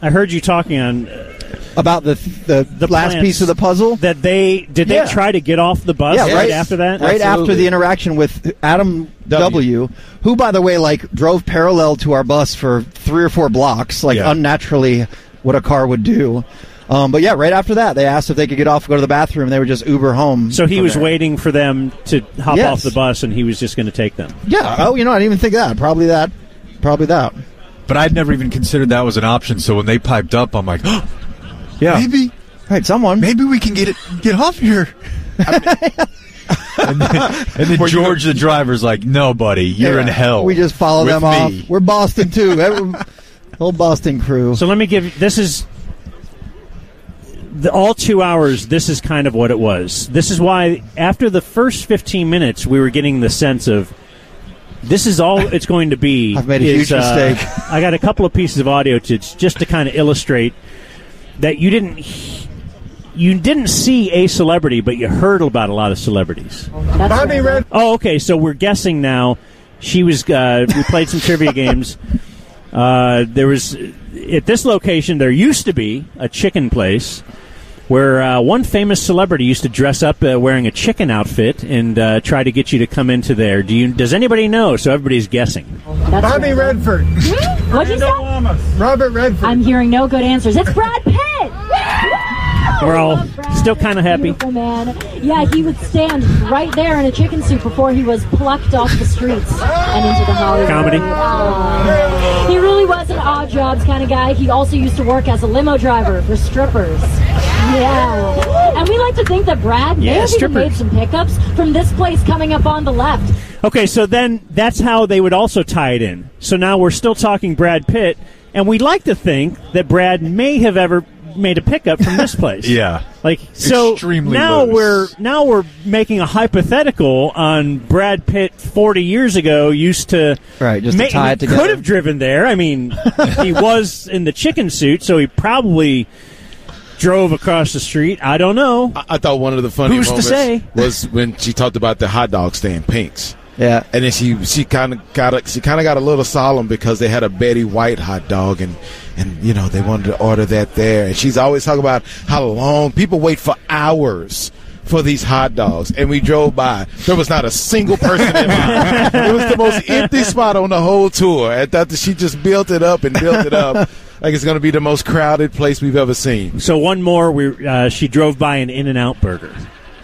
Speaker 14: I heard you talking on uh,
Speaker 9: about the the, last
Speaker 14: plants.
Speaker 9: piece of the puzzle
Speaker 14: that they did they
Speaker 9: Yeah.
Speaker 14: try to get off the bus
Speaker 9: yeah,
Speaker 14: right after that?
Speaker 9: Right after the interaction with Adam w. who by the way like drove parallel to our bus for three or four blocks, like unnaturally what a car would do. Um, but yeah, right after that, they asked if they could get off, go to the bathroom. They would just Uber home.
Speaker 14: So he
Speaker 9: from
Speaker 14: was
Speaker 9: there.
Speaker 14: waiting for them to hop
Speaker 9: Yes.
Speaker 14: off the bus, and he was just going to take them.
Speaker 9: Yeah. Oh, you know, I didn't even think of that. Probably that. Probably that.
Speaker 13: But I'd never even considered that was an option. So when they piped up, I'm like, yeah,
Speaker 9: maybe. Right, someone.
Speaker 13: Maybe we can get it, get off *laughs* here. and then George, the driver's like, no, buddy, you're in
Speaker 9: Yeah.
Speaker 13: hell.
Speaker 9: We just follow
Speaker 13: with
Speaker 9: them
Speaker 13: me.
Speaker 9: off. We're Boston too. Every- Whole Boston crew.
Speaker 14: So let me give this is the, all two hours. This is kind of what it was. This is why after the first fifteen minutes, we were getting the sense of this
Speaker 9: *laughs*
Speaker 14: is all it's going to be.
Speaker 9: I've made a
Speaker 14: is, uh,
Speaker 9: huge mistake.
Speaker 14: I got a couple of pieces of audio to just to kind of illustrate that you didn't. he- You didn't see a celebrity, but you heard about a lot of celebrities.
Speaker 16: Bobby Red.
Speaker 14: Oh, okay. So we're guessing now. She was. Uh, we played some
Speaker 16: *laughs*
Speaker 14: trivia games. Uh, there was at this location. There used to be a chicken place, where uh, one famous celebrity used to dress up uh, wearing a chicken outfit and uh, try to get you to come into there. Do you? Does anybody know? So everybody's guessing.
Speaker 16: Bobby Redford.
Speaker 7: What'd you say?
Speaker 16: Robert Redford.
Speaker 7: I'm hearing no good answers. It's Brad Pitt.
Speaker 14: We're all still kind of happy.
Speaker 7: Beautiful man. Yeah, he would stand right there in a chicken suit before he was plucked off the streets and into the Hollywood.
Speaker 14: Comedy.
Speaker 7: Aw. He really was an odd jobs kind of guy. He also used to work as a limo driver for strippers. Yeah. And we like to think that Brad may
Speaker 14: Yeah,
Speaker 7: have even
Speaker 14: strippers.
Speaker 7: made some pickups from this place coming up on the left.
Speaker 14: Okay, so then that's how they would also tie it in. So now we're still talking Brad Pitt, and we like to think that Brad may have ever made a pickup from
Speaker 10: *laughs*
Speaker 14: this place.
Speaker 13: Yeah.
Speaker 14: Like so
Speaker 13: Extremely
Speaker 14: now
Speaker 13: loose.
Speaker 14: we're now we're making a hypothetical on Brad Pitt 40 years ago used to
Speaker 9: Right, just to
Speaker 14: ma-
Speaker 9: tie it
Speaker 14: he
Speaker 9: together.
Speaker 14: could have driven there.
Speaker 9: *laughs*
Speaker 14: I mean, he was in the chicken suit, so he probably drove across the street. I don't know.
Speaker 10: I thought one of the funny
Speaker 14: Who's
Speaker 10: moments
Speaker 14: to say?
Speaker 10: was when she talked about the hot dog stand pinks.
Speaker 9: Yeah,
Speaker 10: and then she she kind of got a, she kind of got a little solemn because they had a Betty White hot dog and and you know they wanted to order that there and she's always talking about how long people wait for hours for these hot dogs and we drove by there was not a single person in line it was the most empty spot on the whole tour I thought that she just built it up and built
Speaker 14: *laughs*
Speaker 10: it up like it's going to be the most crowded place we've ever seen
Speaker 14: So one more, we uh, she drove by an In and Out Burger.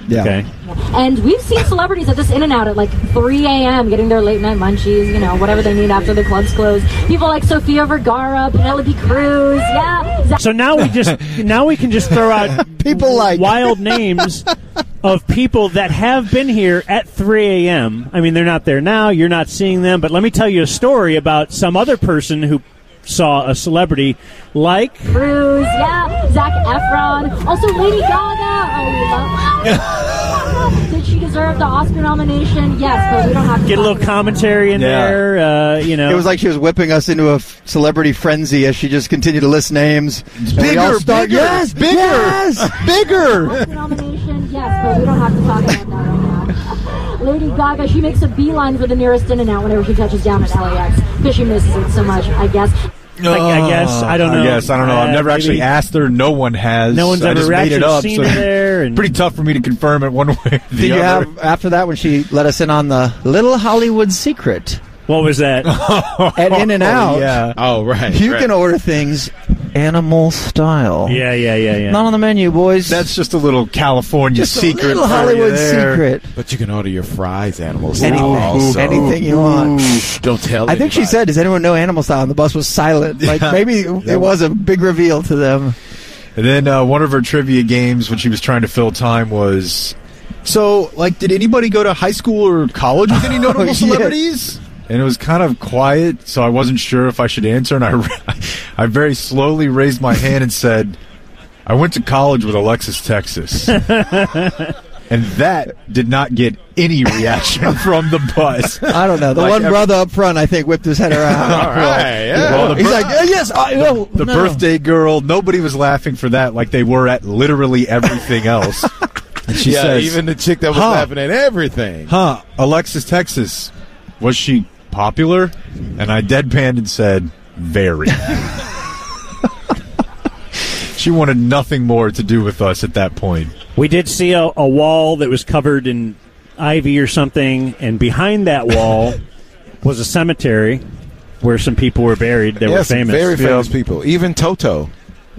Speaker 9: Yeah.
Speaker 14: Okay.
Speaker 7: And we've seen celebrities at this In and Out at like 3 a.m. getting their late night munchies, you know, whatever they need after the clubs close. People like Sofia Vergara, Penelope Cruz, yeah. Zach-
Speaker 14: So now we *laughs* just now we can just throw out people like wild names of people that have been here at 3 a.m. I mean, they're not there now. You're not seeing them. But let me tell you a story about some other person who saw a celebrity like
Speaker 7: Cruz, yeah. Zach Efron, also Lady Gaga. Oh, we love. Did she deserve the Oscar nomination? Yes, but we don't have to
Speaker 14: get a little commentary in
Speaker 9: Yeah.
Speaker 14: there. Uh, you know,
Speaker 9: It was like she was whipping us into a f- celebrity frenzy as she just continued to list names. And we all start, yes,
Speaker 10: bigger,
Speaker 9: yes, *laughs* bigger.
Speaker 7: Oscar nomination? Yes, but we don't have to talk about that right now. Lady Gaga, she makes a beeline for the nearest In and Out whenever she touches down at LAX because she misses it so much, I guess.
Speaker 14: I guess. I don't know.
Speaker 13: Uh, I guess I don't know. I've
Speaker 14: Uh,
Speaker 13: never actually
Speaker 14: maybe-
Speaker 13: asked her. No one has.
Speaker 14: No one's
Speaker 13: I
Speaker 14: ever
Speaker 13: just made it
Speaker 14: actually
Speaker 13: up.
Speaker 14: seen
Speaker 13: so
Speaker 14: her there, and-
Speaker 13: pretty tough for me to confirm it one way. Or the
Speaker 9: Did you have
Speaker 13: other.
Speaker 9: after that when she let us in on the little Hollywood secret?
Speaker 14: What was
Speaker 13: *laughs*
Speaker 14: that?
Speaker 9: At In and Out,
Speaker 13: Oh, yeah.
Speaker 10: oh right
Speaker 9: you
Speaker 10: right.
Speaker 9: can order things animal style.
Speaker 14: Yeah, yeah, yeah, yeah.
Speaker 9: Not on the menu, boys.
Speaker 13: That's just a little California
Speaker 9: Just a
Speaker 13: secret.
Speaker 9: little
Speaker 13: for you
Speaker 9: Hollywood
Speaker 13: there.
Speaker 9: secret.
Speaker 10: but you can order your fries animals
Speaker 9: Anything,
Speaker 10: also.
Speaker 9: anything you want.
Speaker 10: don't tell
Speaker 9: I think she
Speaker 10: anybody.
Speaker 9: said, "Does anyone know Animal Style?" And the bus was silent. Like
Speaker 13: Yeah.
Speaker 9: maybe
Speaker 13: Yeah.
Speaker 9: it was a big reveal to them.
Speaker 13: And then uh, one of her trivia games when she was trying to fill time was. So, like, did anybody go to high school or
Speaker 9: *laughs*
Speaker 13: college with any *laughs* notable
Speaker 9: yes.
Speaker 13: celebrities? And it was kind of quiet, so I wasn't sure if I should answer. And I, *laughs* I very slowly raised my hand and said, "I went to college with Alexis
Speaker 9: *laughs*
Speaker 13: Texas," and that did not get any reaction from the bus.
Speaker 9: I don't know. The
Speaker 13: Like
Speaker 9: one
Speaker 13: every-
Speaker 9: brother up front, I think, whipped his head around.
Speaker 13: *laughs* All right, yeah. Well, the
Speaker 9: He's
Speaker 13: bir-
Speaker 9: like, "Yeah, "Yes, I, no,
Speaker 13: the
Speaker 9: no."
Speaker 13: birthday girl. Nobody was laughing for that, like they were at literally everything else. and she
Speaker 10: yeah,
Speaker 13: says,
Speaker 10: even the chick that was
Speaker 13: "Huh,
Speaker 10: laughing at everything
Speaker 13: huh? Alexis Texas, was she popular?" And I deadpanned and said, "Very." she wanted nothing more to do with us at that point.
Speaker 14: We did see a, a wall that was covered in ivy or something, and behind that
Speaker 10: *laughs*
Speaker 14: wall was a cemetery where some people were buried. They
Speaker 10: yes,
Speaker 14: were famous.
Speaker 10: very famous people. Even Toto.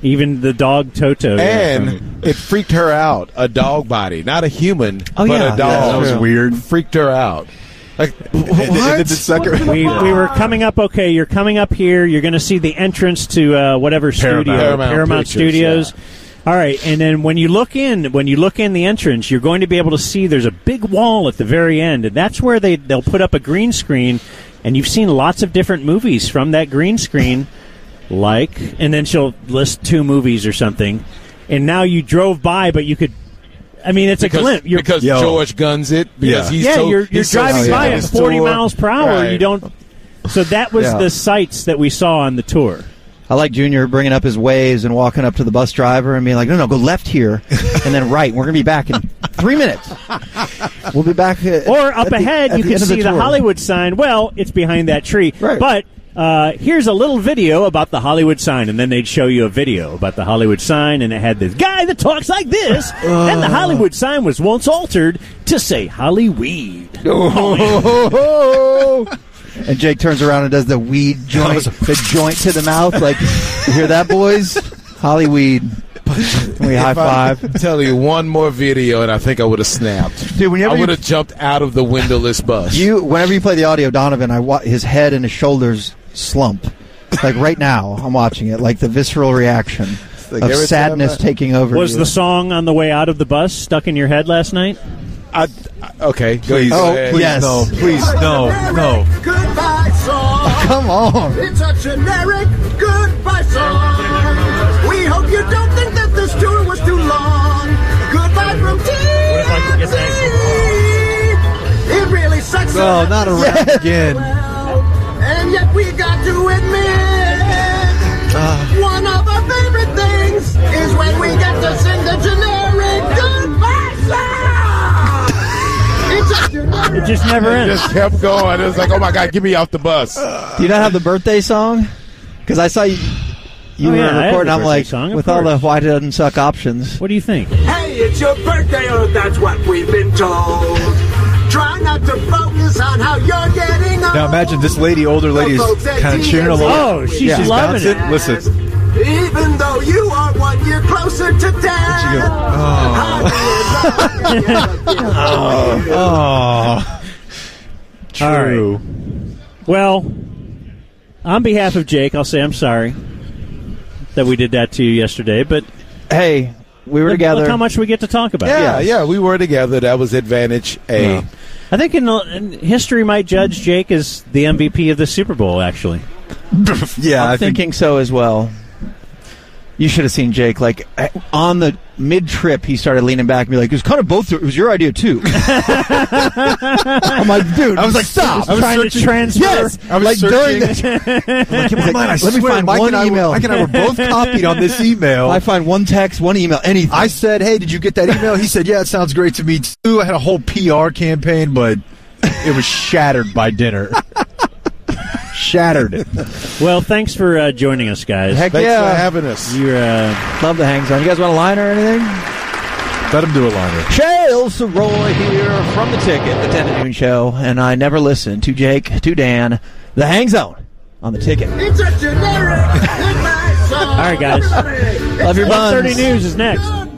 Speaker 14: Even the dog Toto. Oh, yeah. Um,
Speaker 10: And it freaked her out. A dog body, not a human,
Speaker 14: Oh,
Speaker 10: but
Speaker 14: yeah.
Speaker 10: a dog.
Speaker 13: That was weird.
Speaker 10: Freaked her out. Like *laughs* what?
Speaker 14: we, we were coming up okay you're coming up here you're going to see the entrance to uh, whatever
Speaker 13: Paramount.
Speaker 14: studio
Speaker 13: Paramount Pictures,
Speaker 14: studios all right and then when you look in when you look in the entrance you're going to be able to see there's a big wall at the very end and that's where they they'll put up a green screen and you've seen lots of different movies from that green screen like and then she'll list two movies or something and now you drove by but you could I mean, it's a
Speaker 10: because,
Speaker 14: glimpse. You're-
Speaker 10: because
Speaker 13: Yo.
Speaker 10: George guns it. Because
Speaker 13: Yeah.
Speaker 10: he's
Speaker 14: yeah,
Speaker 10: so,
Speaker 14: you're, you're
Speaker 10: he's so uh,
Speaker 14: driving
Speaker 10: sick
Speaker 14: by
Speaker 10: of
Speaker 14: at
Speaker 10: his
Speaker 14: 40
Speaker 10: tour.
Speaker 14: miles per hour.
Speaker 10: Right.
Speaker 14: You don't. So that was
Speaker 9: Yeah.
Speaker 14: the sights that we saw on the tour.
Speaker 9: I like Junior bringing up his waves and walking up to the bus driver and being like, "No, no, go left here, and then right. We're gonna be back in three minutes. We'll be back." At,
Speaker 14: Or up
Speaker 9: at the-
Speaker 14: ahead,
Speaker 9: at
Speaker 14: you
Speaker 9: the
Speaker 14: can
Speaker 9: end of
Speaker 14: see the,
Speaker 9: tour."
Speaker 14: Hollywood sign. Well, it's behind that tree. But uh, here's a little video about the Hollywood sign, and then they'd show you a video about the Hollywood sign, and it had this guy that talks like this, and the Hollywood sign was once altered to say Hollyweed.
Speaker 9: Oh. and Jake turns around and does the weed joint, the joint to the mouth. Like, you hear that, boys? Hollyweed. Can we high
Speaker 10: If I
Speaker 9: five?
Speaker 10: could *laughs* Tell you one more video, and I think I would have snapped.
Speaker 9: Dude, whenever
Speaker 10: I
Speaker 9: you-
Speaker 10: would have jumped out of the windowless bus.
Speaker 9: You, whenever you play the audio, Donovan, I wa- his head and his shoulders slump. Like right now, I'm watching it. Like the visceral reaction
Speaker 14: Like
Speaker 9: of
Speaker 14: every time
Speaker 9: sadness
Speaker 14: I-
Speaker 10: uh,
Speaker 9: taking over.
Speaker 14: Was
Speaker 9: you.
Speaker 14: the song on the way out of the bus stuck in your head last night?
Speaker 10: I, okay,
Speaker 9: Please, oh, yes.
Speaker 13: no.
Speaker 5: Goodbye
Speaker 16: *laughs*
Speaker 5: song.
Speaker 9: come on.
Speaker 5: It's a generic goodbye song. We hope you don't think that this tour was too long. Goodbye from TMZ. It really sucks.
Speaker 16: No, not a rap
Speaker 5: Yes.
Speaker 16: again.
Speaker 5: And yet we got to admit,
Speaker 13: Uh,
Speaker 5: one of our favorite things is when we get to sing the generic goodbye song. It's a generic.
Speaker 11: Just kept going. It was like, oh my god, get me off the bus.
Speaker 9: Do you not have the birthday song? Because I saw you, you
Speaker 14: Oh,
Speaker 9: were
Speaker 14: yeah, I have
Speaker 9: recording.
Speaker 14: the
Speaker 9: I'm
Speaker 14: birthday
Speaker 9: like,
Speaker 14: song, of
Speaker 9: with all the
Speaker 14: course.
Speaker 9: why doesn't suck options.
Speaker 14: What do you think?
Speaker 5: Hey, it's your birthday, or that's what we've been told. Try not to focus on how you're getting on.
Speaker 13: Now imagine this lady, older lady, is kind of cheering along.
Speaker 5: Oh, she's loving
Speaker 13: bouncing.
Speaker 5: it.
Speaker 13: Listen.
Speaker 5: Even though you are one year closer to death.
Speaker 13: *laughs* Oh.
Speaker 14: Oh.
Speaker 13: True.
Speaker 14: Well, on behalf of Jake, I'll say I'm sorry that we did that to you yesterday, but
Speaker 9: hey, we were
Speaker 14: look,
Speaker 10: together.
Speaker 14: Look how much we get to talk about.
Speaker 10: Yeah, yeah, we were together. That was advantage A.
Speaker 14: Yeah. I think in, the, in history might judge Jake as the MVP of the Super Bowl. *laughs* Actually,
Speaker 9: yeah, I'm
Speaker 14: I think-
Speaker 9: thinking so as well. You should have seen Jake. Like I- on the mid trip, he started leaning back and be like, "It was kind of both. It was your idea
Speaker 14: *laughs*
Speaker 9: too." *laughs* I'm like, dude.
Speaker 14: I was like,
Speaker 9: stop.
Speaker 14: I was Trying to searching- transfer-
Speaker 9: Yes.
Speaker 14: I was
Speaker 9: like during
Speaker 14: searching. *laughs*
Speaker 9: the.
Speaker 14: I'm
Speaker 9: He's
Speaker 14: like, "Keep in mind, I
Speaker 9: let me
Speaker 14: swear
Speaker 9: find
Speaker 14: Mike
Speaker 9: one
Speaker 14: and I were-
Speaker 9: email.
Speaker 14: Mike and I were
Speaker 9: *laughs*
Speaker 14: both copied on this
Speaker 13: email.
Speaker 9: I find one text, one email, anything.
Speaker 13: I said, "Hey, did you get that email?" He said, "Yeah, it sounds great to me too." I had a whole PR campaign, but it was shattered by dinner. *laughs* shattered.
Speaker 14: well, thanks for uh, joining us, guys.
Speaker 9: Heck Thanks yeah. for having
Speaker 10: us.
Speaker 14: You're uh,
Speaker 9: love the hangs on. You guys want a line or anything?
Speaker 13: Let him do a liner.
Speaker 9: Shale Soroy here from the ticket, the 10 to noon show, and I never listen to Jake, to Dan, the Hang Zone on the ticket.
Speaker 14: *laughs*
Speaker 5: It's a generic goodbye song.
Speaker 9: All right, guys. Love your buns.
Speaker 5: buns.
Speaker 14: 30 News is next.